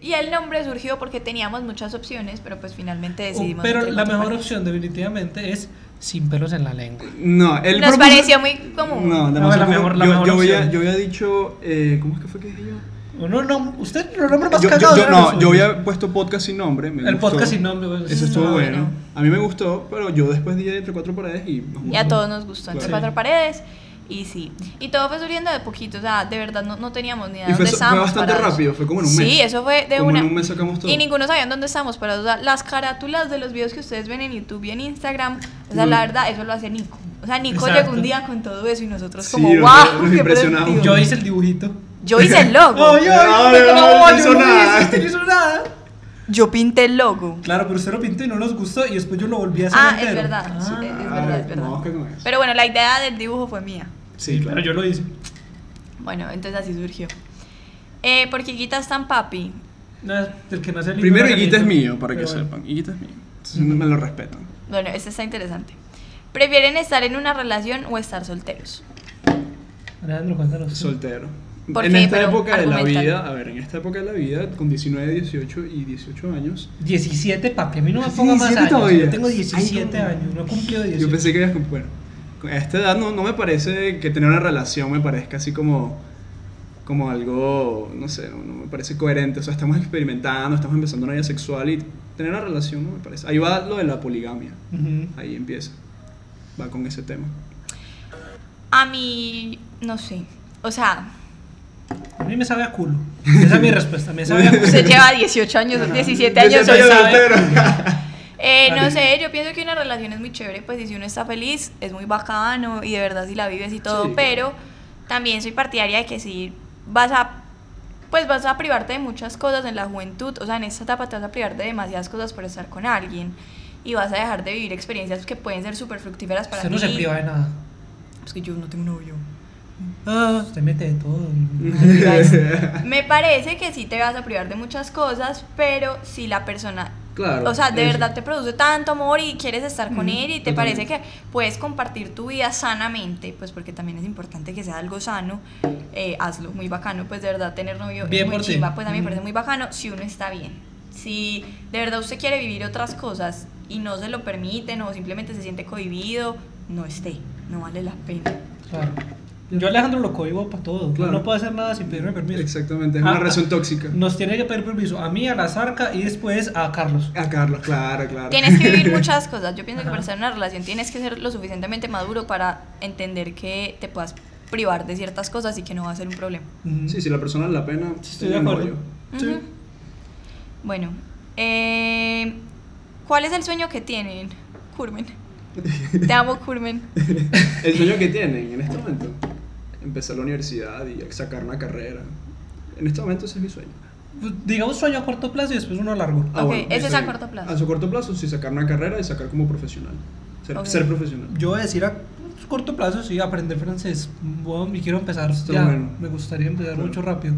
[SPEAKER 4] Y el nombre surgió porque teníamos muchas opciones, pero pues finalmente decidimos.
[SPEAKER 6] Oh, Pero
[SPEAKER 4] entre
[SPEAKER 6] la
[SPEAKER 4] cuatro
[SPEAKER 6] mejor
[SPEAKER 4] pares.
[SPEAKER 6] opción definitivamente es sin pelos en la lengua.
[SPEAKER 1] No, él
[SPEAKER 4] Nos
[SPEAKER 1] propuso-
[SPEAKER 4] pareció muy común.
[SPEAKER 1] No,
[SPEAKER 6] la
[SPEAKER 1] demasiado
[SPEAKER 6] mejor-
[SPEAKER 1] común.
[SPEAKER 6] la
[SPEAKER 1] yo,
[SPEAKER 6] mejor
[SPEAKER 1] yo había,
[SPEAKER 6] opción.
[SPEAKER 1] yo había dicho, eh, ¿cómo es que fue que dije yo?
[SPEAKER 6] Uno, no, usted el nombre más
[SPEAKER 1] Yo, yo-
[SPEAKER 6] cagado.
[SPEAKER 1] yo-
[SPEAKER 6] era los
[SPEAKER 1] no, yo
[SPEAKER 6] suyos.
[SPEAKER 1] había puesto podcast sin nombre. me
[SPEAKER 6] El
[SPEAKER 1] gustó.
[SPEAKER 6] podcast sin nombre, bueno,
[SPEAKER 1] Eso
[SPEAKER 6] sí.
[SPEAKER 1] estuvo
[SPEAKER 4] Ah,
[SPEAKER 1] bueno.
[SPEAKER 4] bueno.
[SPEAKER 1] A mí me gustó, pero yo después dije entre cuatro paredes y. nos
[SPEAKER 4] Y a
[SPEAKER 1] gustó.
[SPEAKER 4] todos nos gustó, entre
[SPEAKER 1] Sí.
[SPEAKER 4] cuatro paredes. Y sí. Y todo fue surgiendo de poquito, o sea, de verdad no, no teníamos ni idea
[SPEAKER 1] Y
[SPEAKER 4] de
[SPEAKER 1] fue,
[SPEAKER 4] dónde
[SPEAKER 1] fue
[SPEAKER 4] estábamos.
[SPEAKER 1] bastante
[SPEAKER 4] parados.
[SPEAKER 1] rápido, fue como en un mes.
[SPEAKER 4] Sí, eso fue de
[SPEAKER 1] como
[SPEAKER 4] una.
[SPEAKER 1] en un mes sacamos todo.
[SPEAKER 4] Y ninguno sabía dónde estábamos parados. O sea, las carátulas de los videos que ustedes ven en YouTube y en Instagram, o sea,
[SPEAKER 1] No.
[SPEAKER 4] la verdad, eso lo hace Nico. O sea, Nico
[SPEAKER 6] Exacto.
[SPEAKER 4] llegó un día con todo eso y nosotros
[SPEAKER 1] Sí,
[SPEAKER 4] como,
[SPEAKER 1] nos-
[SPEAKER 4] wow,
[SPEAKER 1] nos
[SPEAKER 4] qué
[SPEAKER 1] impresionamos.
[SPEAKER 4] productivo".
[SPEAKER 6] Yo hice el dibujito.
[SPEAKER 4] Yo hice el logo.
[SPEAKER 6] Ay, ay,
[SPEAKER 1] Ay,
[SPEAKER 6] no,
[SPEAKER 1] no, no
[SPEAKER 6] yo
[SPEAKER 1] hizo
[SPEAKER 6] no
[SPEAKER 1] nada.
[SPEAKER 6] hice, usted no hizo nada.
[SPEAKER 4] Yo pinté el logo.
[SPEAKER 6] Claro, pero usted lo pintó y no nos gustó y después yo lo volví a hacer.
[SPEAKER 4] Ah, es
[SPEAKER 6] entero.
[SPEAKER 4] verdad.
[SPEAKER 6] Ah,
[SPEAKER 4] sí, es, es
[SPEAKER 1] Ah,
[SPEAKER 4] verdad, es
[SPEAKER 1] no, que
[SPEAKER 4] verdad.
[SPEAKER 1] no es.
[SPEAKER 4] Pero bueno, la idea del dibujo fue mía.
[SPEAKER 1] Sí, claro.
[SPEAKER 6] Pero yo lo hice.
[SPEAKER 4] Bueno, entonces así surgió. Eh, porque Guita es tan papi.
[SPEAKER 6] Nada, el que nace lindo
[SPEAKER 1] Primero,
[SPEAKER 6] nace
[SPEAKER 1] Higuita es
[SPEAKER 6] lindo.
[SPEAKER 1] mío, para que
[SPEAKER 6] Pero bueno.
[SPEAKER 1] sepan. Higuita es mío. Entonces, Me lo respetan.
[SPEAKER 4] Bueno, este está interesante. ¿Prefieren estar en una relación o estar solteros?
[SPEAKER 6] Alejandro, cuéntanos.
[SPEAKER 1] Soltero.
[SPEAKER 4] ¿Por
[SPEAKER 1] en
[SPEAKER 4] qué?
[SPEAKER 1] esta
[SPEAKER 4] Pero
[SPEAKER 1] época de la
[SPEAKER 4] argumenta.
[SPEAKER 1] vida, a ver, en esta época de la vida, con 19, 18 y 18 años,
[SPEAKER 6] 17, papi, a mí no me ponga más
[SPEAKER 1] 17
[SPEAKER 6] años.
[SPEAKER 1] todavía.
[SPEAKER 6] Yo tengo 17
[SPEAKER 1] Ay, no.
[SPEAKER 6] años, no he cumplido 18.
[SPEAKER 1] yo pensé que habías. Bueno, a esta edad no, no me parece que tener una relación me parezca así como, como algo, no sé, no, no me parece coherente. O sea, estamos experimentando, estamos empezando una vida sexual y tener una relación no me parece. Ahí va lo de la poligamia, ahí empieza, va con ese tema.
[SPEAKER 4] A mí, no sé. O sea,
[SPEAKER 6] A mí me sabe a culo. Esa es mi respuesta. Me sabe a culo.
[SPEAKER 4] usted lleva 18 años, 17 años
[SPEAKER 1] Yo soy
[SPEAKER 4] soltero.
[SPEAKER 1] soltero.
[SPEAKER 4] Eh, no
[SPEAKER 6] Vale.
[SPEAKER 4] sé, yo pienso que una relación es muy chévere, pues y si uno está feliz, es muy bacano y de verdad si la vives y todo,
[SPEAKER 1] Sí, claro.
[SPEAKER 4] pero también soy partidaria de que si vas a pues vas a privarte de muchas cosas en la juventud, o sea, en esta etapa te vas a privar de demasiadas cosas por estar con alguien y vas a dejar de vivir experiencias que pueden ser súper fructíferas para
[SPEAKER 6] Usted no
[SPEAKER 4] ti.
[SPEAKER 6] se priva de nada.
[SPEAKER 4] Pues que yo no tengo novio.
[SPEAKER 6] Ah, usted mete de todo.
[SPEAKER 4] Me parece que sí te vas a privar de muchas cosas, pero si la persona
[SPEAKER 1] Claro.
[SPEAKER 4] O sea, de
[SPEAKER 1] eso.
[SPEAKER 4] verdad te produce tanto amor y quieres estar con él y te parece
[SPEAKER 1] totalmente.
[SPEAKER 4] que puedes compartir tu vida sanamente, pues porque también es importante que sea algo sano, eh, hazlo, muy bacano, pues de verdad tener novio
[SPEAKER 6] Bien
[SPEAKER 4] es muy
[SPEAKER 6] por ti.
[SPEAKER 4] chimba, pues a mí me
[SPEAKER 6] Mm.
[SPEAKER 4] parece muy bacano si uno está bien. Si de verdad usted quiere vivir otras cosas y no se lo permiten o simplemente se siente cohibido, no esté, no vale la pena.
[SPEAKER 6] Claro. Yo a Alejandro lo cohibo para todo.
[SPEAKER 1] Claro.
[SPEAKER 6] No puedo hacer nada sin pedirme permiso.
[SPEAKER 1] Exactamente, es una
[SPEAKER 6] Ah,
[SPEAKER 1] relación tóxica.
[SPEAKER 6] Nos tiene que pedir permiso a mí, a la zarca y después a Carlos.
[SPEAKER 1] A Carlos, claro, claro.
[SPEAKER 4] Tienes que vivir muchas cosas. Yo pienso que
[SPEAKER 6] Ajá.
[SPEAKER 4] para estar en una relación tienes que ser lo suficientemente maduro para entender que te puedas privar de ciertas cosas y que no va a ser un problema.
[SPEAKER 6] Mm.
[SPEAKER 1] Sí, si la persona vale la pena,
[SPEAKER 6] Estoy de
[SPEAKER 1] ella no
[SPEAKER 6] acuerdo.
[SPEAKER 1] yo.
[SPEAKER 4] Ujú. Bueno, eh, ¿cuál es el sueño que tienen? Curmen. Te amo, Curmen.
[SPEAKER 1] El sueño que tienen en este momento, empezar la universidad y sacar una carrera. En este momento ese es mi sueño.
[SPEAKER 6] Pues, Digamos sueño a corto plazo y después uno a largo.
[SPEAKER 1] Ah,
[SPEAKER 4] Ok,
[SPEAKER 1] bueno,
[SPEAKER 4] ese es
[SPEAKER 1] está
[SPEAKER 4] a
[SPEAKER 1] bien.
[SPEAKER 4] corto plazo.
[SPEAKER 1] A su corto plazo, sí, sacar una carrera y sacar como profesional. Ser,
[SPEAKER 4] Ok.
[SPEAKER 1] ser profesional.
[SPEAKER 6] Yo voy a decir a pues, corto plazo, sí, aprender francés. Bueno, y quiero empezar.
[SPEAKER 1] Está
[SPEAKER 6] ya.
[SPEAKER 1] bueno.
[SPEAKER 6] Me gustaría empezar
[SPEAKER 1] Claro.
[SPEAKER 6] mucho rápido.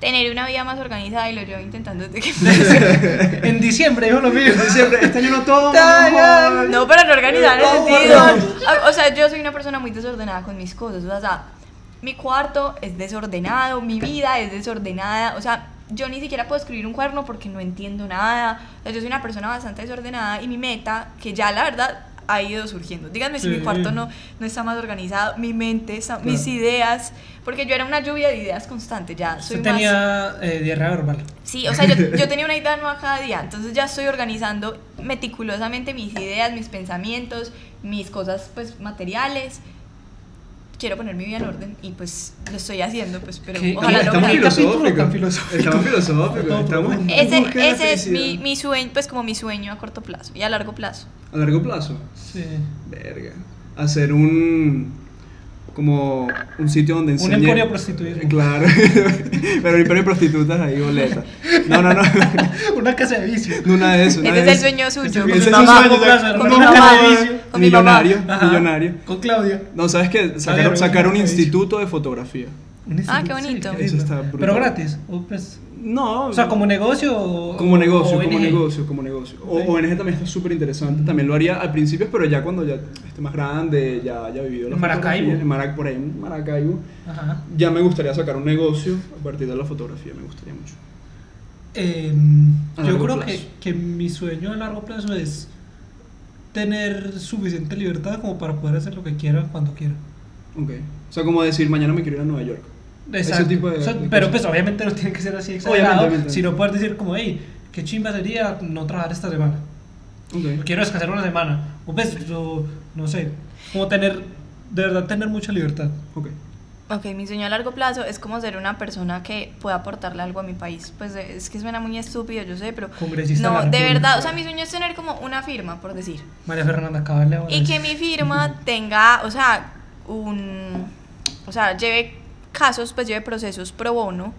[SPEAKER 4] Tener una vida más organizada y lo llevo intentando desde que...
[SPEAKER 6] en diciembre, yo lo mismo.
[SPEAKER 1] Siempre, este año no todo.
[SPEAKER 4] No, pero no organizar en
[SPEAKER 6] No,
[SPEAKER 4] sentido. Ah, O sea, yo soy una persona muy desordenada con mis cosas. O sea, mi cuarto es desordenado, mi vida es desordenada. O sea, yo ni siquiera puedo escribir un cuaderno porque no entiendo nada. O sea, yo soy una persona bastante desordenada y mi meta, que ya la verdad ha ido surgiendo. Díganme si mi
[SPEAKER 6] Sí.
[SPEAKER 4] cuarto no, no está más organizado, mi mente, está- mis ideas, porque yo era una lluvia de ideas constante, ya soy
[SPEAKER 6] Usted
[SPEAKER 4] más...
[SPEAKER 6] tenía eh, diarrea verbal.
[SPEAKER 4] Sí, o sea, yo, yo tenía una idea nueva cada día, entonces ya estoy organizando meticulosamente mis ideas, mis pensamientos, mis cosas pues materiales. Quiero poner mi vida en orden y pues lo estoy haciendo, pues, pero
[SPEAKER 6] ¿Qué?
[SPEAKER 4] ojalá lo
[SPEAKER 1] Estamos
[SPEAKER 6] ¿Qué
[SPEAKER 4] logre.
[SPEAKER 1] filosóficos.
[SPEAKER 6] capítulo tan filosófico?
[SPEAKER 1] Estamos filosóficos.
[SPEAKER 6] Todo
[SPEAKER 1] Estamos en
[SPEAKER 6] profundo.
[SPEAKER 4] Ese,
[SPEAKER 1] búsqueda de la
[SPEAKER 4] ese es mi,
[SPEAKER 1] felicidad.
[SPEAKER 4] mi sueño, pues como mi sueño a corto plazo y a largo plazo.
[SPEAKER 1] A largo plazo.
[SPEAKER 6] Sí.
[SPEAKER 1] Verga. Hacer un. Como un sitio donde enseñe.
[SPEAKER 6] emporio de prostituismo.
[SPEAKER 1] Claro. Pero imperio de prostitutas ahí, boleta. No, no, no.
[SPEAKER 6] Una casa de vicio.
[SPEAKER 1] No, nada de eso. nada
[SPEAKER 4] Ese es
[SPEAKER 1] de
[SPEAKER 4] el
[SPEAKER 1] eso.
[SPEAKER 4] sueño suyo,
[SPEAKER 1] Ese
[SPEAKER 4] con
[SPEAKER 1] es
[SPEAKER 4] mi
[SPEAKER 1] el
[SPEAKER 4] mamá,
[SPEAKER 1] sueño,
[SPEAKER 6] Lázaro,
[SPEAKER 4] con mi
[SPEAKER 6] una
[SPEAKER 4] mamá,
[SPEAKER 6] casa de vicio.
[SPEAKER 4] con mi mamá.
[SPEAKER 1] millonario,
[SPEAKER 6] Ajá.
[SPEAKER 1] millonario.
[SPEAKER 6] Con Claudia.
[SPEAKER 1] No, ¿sabes qué?
[SPEAKER 6] Claro,
[SPEAKER 1] Sacar,
[SPEAKER 6] un
[SPEAKER 1] sacar un
[SPEAKER 6] mejor dicho.
[SPEAKER 1] instituto de fotografía.
[SPEAKER 4] Ah, qué bonito.
[SPEAKER 6] Sí,
[SPEAKER 1] Eso está
[SPEAKER 6] lindo.
[SPEAKER 1] brutal.
[SPEAKER 6] Pero gratis. O, pues,
[SPEAKER 1] No.
[SPEAKER 6] o sea, como negocio. o-
[SPEAKER 1] como negocio,
[SPEAKER 6] o
[SPEAKER 1] como
[SPEAKER 6] ONG.
[SPEAKER 1] negocio, como negocio. O,
[SPEAKER 6] Ok.
[SPEAKER 1] ONG también está súper interesante. También lo haría al principio, pero ya cuando ya esté más grande, ya haya vivido la
[SPEAKER 6] En Maracaibo.
[SPEAKER 1] fotografía, en Mara- por ahí en Maracaibo,
[SPEAKER 6] Ajá.
[SPEAKER 1] ya me gustaría sacar un negocio a partir de la fotografía, me gustaría mucho.
[SPEAKER 6] Eh,
[SPEAKER 1] A
[SPEAKER 6] yo
[SPEAKER 1] largo
[SPEAKER 6] creo
[SPEAKER 1] plazo.
[SPEAKER 6] que, que mi sueño a largo plazo es tener suficiente libertad como para poder hacer lo que quiera cuando quiera.
[SPEAKER 1] Ok. O sea, como decir, mañana me quiero ir a Nueva York. Ese tipo de-
[SPEAKER 6] O sea,
[SPEAKER 1] de
[SPEAKER 6] pero
[SPEAKER 1] cosas.
[SPEAKER 6] pues obviamente no tiene que ser así
[SPEAKER 1] Obviamente,
[SPEAKER 6] exagerado,
[SPEAKER 1] obviamente.
[SPEAKER 6] sino poder decir como, hey, qué chimba sería no trabajar esta semana.
[SPEAKER 1] Ok.
[SPEAKER 6] Quiero descansar una semana. O pues, yo, no sé, como tener, de verdad, tener mucha libertad.
[SPEAKER 1] Ok.
[SPEAKER 4] Ok, mi sueño a largo plazo es como ser una persona que pueda aportarle algo a mi país. Pues eh, es que suena muy estúpido, yo sé, pero...
[SPEAKER 6] Congresista de
[SPEAKER 4] No, de
[SPEAKER 6] la República.
[SPEAKER 4] verdad, o sea, mi sueño es tener como una firma, por decir.
[SPEAKER 6] María Fernanda Cabal
[SPEAKER 4] Y que mi firma tenga, o sea, un. O sea, lleve casos, pues lleve procesos pro bono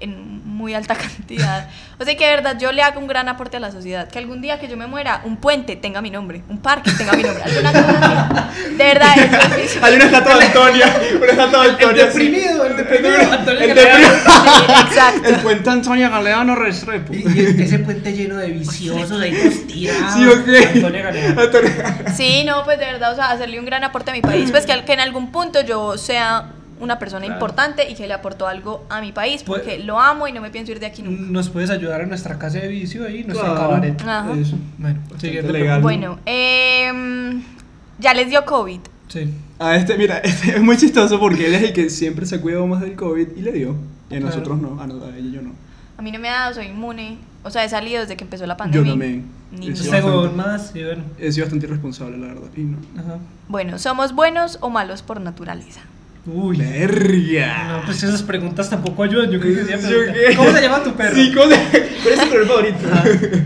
[SPEAKER 4] en muy alta cantidad. O sea, que de verdad yo le haga un gran aporte a la sociedad. Que algún día que yo me muera, un puente tenga mi nombre, un parque tenga mi nombre. alguna cosa así. De verdad, eso es mi sueño.
[SPEAKER 1] Hay una estatua de Antonia, una estatua de Antonia. sí.
[SPEAKER 6] el deprimido. Antonio
[SPEAKER 1] El
[SPEAKER 6] Galeano.
[SPEAKER 1] deprimido.
[SPEAKER 4] Exacto.
[SPEAKER 1] El puente Antonia Galeano Restrepo.
[SPEAKER 6] Y- y ese puente lleno de viciosos ahí todos tirados.
[SPEAKER 1] Sí, ok.
[SPEAKER 6] Ah, Antonio Galeano.
[SPEAKER 1] Antonia-
[SPEAKER 4] Sí, no, pues de verdad, o sea, hacerle un gran aporte a mi país, pues que, al- que en algún punto yo sea una persona importante y que le aportó algo a mi país,
[SPEAKER 6] Pues-
[SPEAKER 4] porque lo amo y no me pienso ir de aquí nunca.
[SPEAKER 6] Nos puedes ayudar en nuestra casa de vicio y nuestro
[SPEAKER 1] Claro.
[SPEAKER 6] cabaret.
[SPEAKER 4] Ajá.
[SPEAKER 1] Eso.
[SPEAKER 6] Bueno,
[SPEAKER 1] Bastante
[SPEAKER 6] siguiente
[SPEAKER 1] legal.
[SPEAKER 6] pregunta.
[SPEAKER 4] Bueno, em, ya les dio COVID.
[SPEAKER 6] Sí.
[SPEAKER 1] A este, mira, este es muy chistoso porque él es el que siempre se cuidó más del COVID y le dio. Y a
[SPEAKER 6] Claro.
[SPEAKER 1] nosotros no, a, no- a ella y yo no.
[SPEAKER 4] A mí no me ha dado, soy inmune. O sea, he salido desde que empezó la
[SPEAKER 1] Yo
[SPEAKER 4] pandemia.
[SPEAKER 1] también.
[SPEAKER 4] Ni
[SPEAKER 1] He
[SPEAKER 4] Sí,
[SPEAKER 6] Este
[SPEAKER 1] sido bastante-
[SPEAKER 6] huevón más y bueno.
[SPEAKER 1] He sido bastante irresponsable, la verdad. Y no.
[SPEAKER 6] Ajá.
[SPEAKER 4] Bueno, ¿somos buenos o malos por naturaleza?
[SPEAKER 6] Uy.
[SPEAKER 1] ¡Verga!
[SPEAKER 6] No, pues esas preguntas tampoco ayudan. Yo creo que decía,
[SPEAKER 1] ¿Yo
[SPEAKER 6] pero-
[SPEAKER 1] qué?
[SPEAKER 6] ¿Cómo se llama tu perro?
[SPEAKER 1] Sí, ¿cómo se- ¿Cuál es tu color favorito?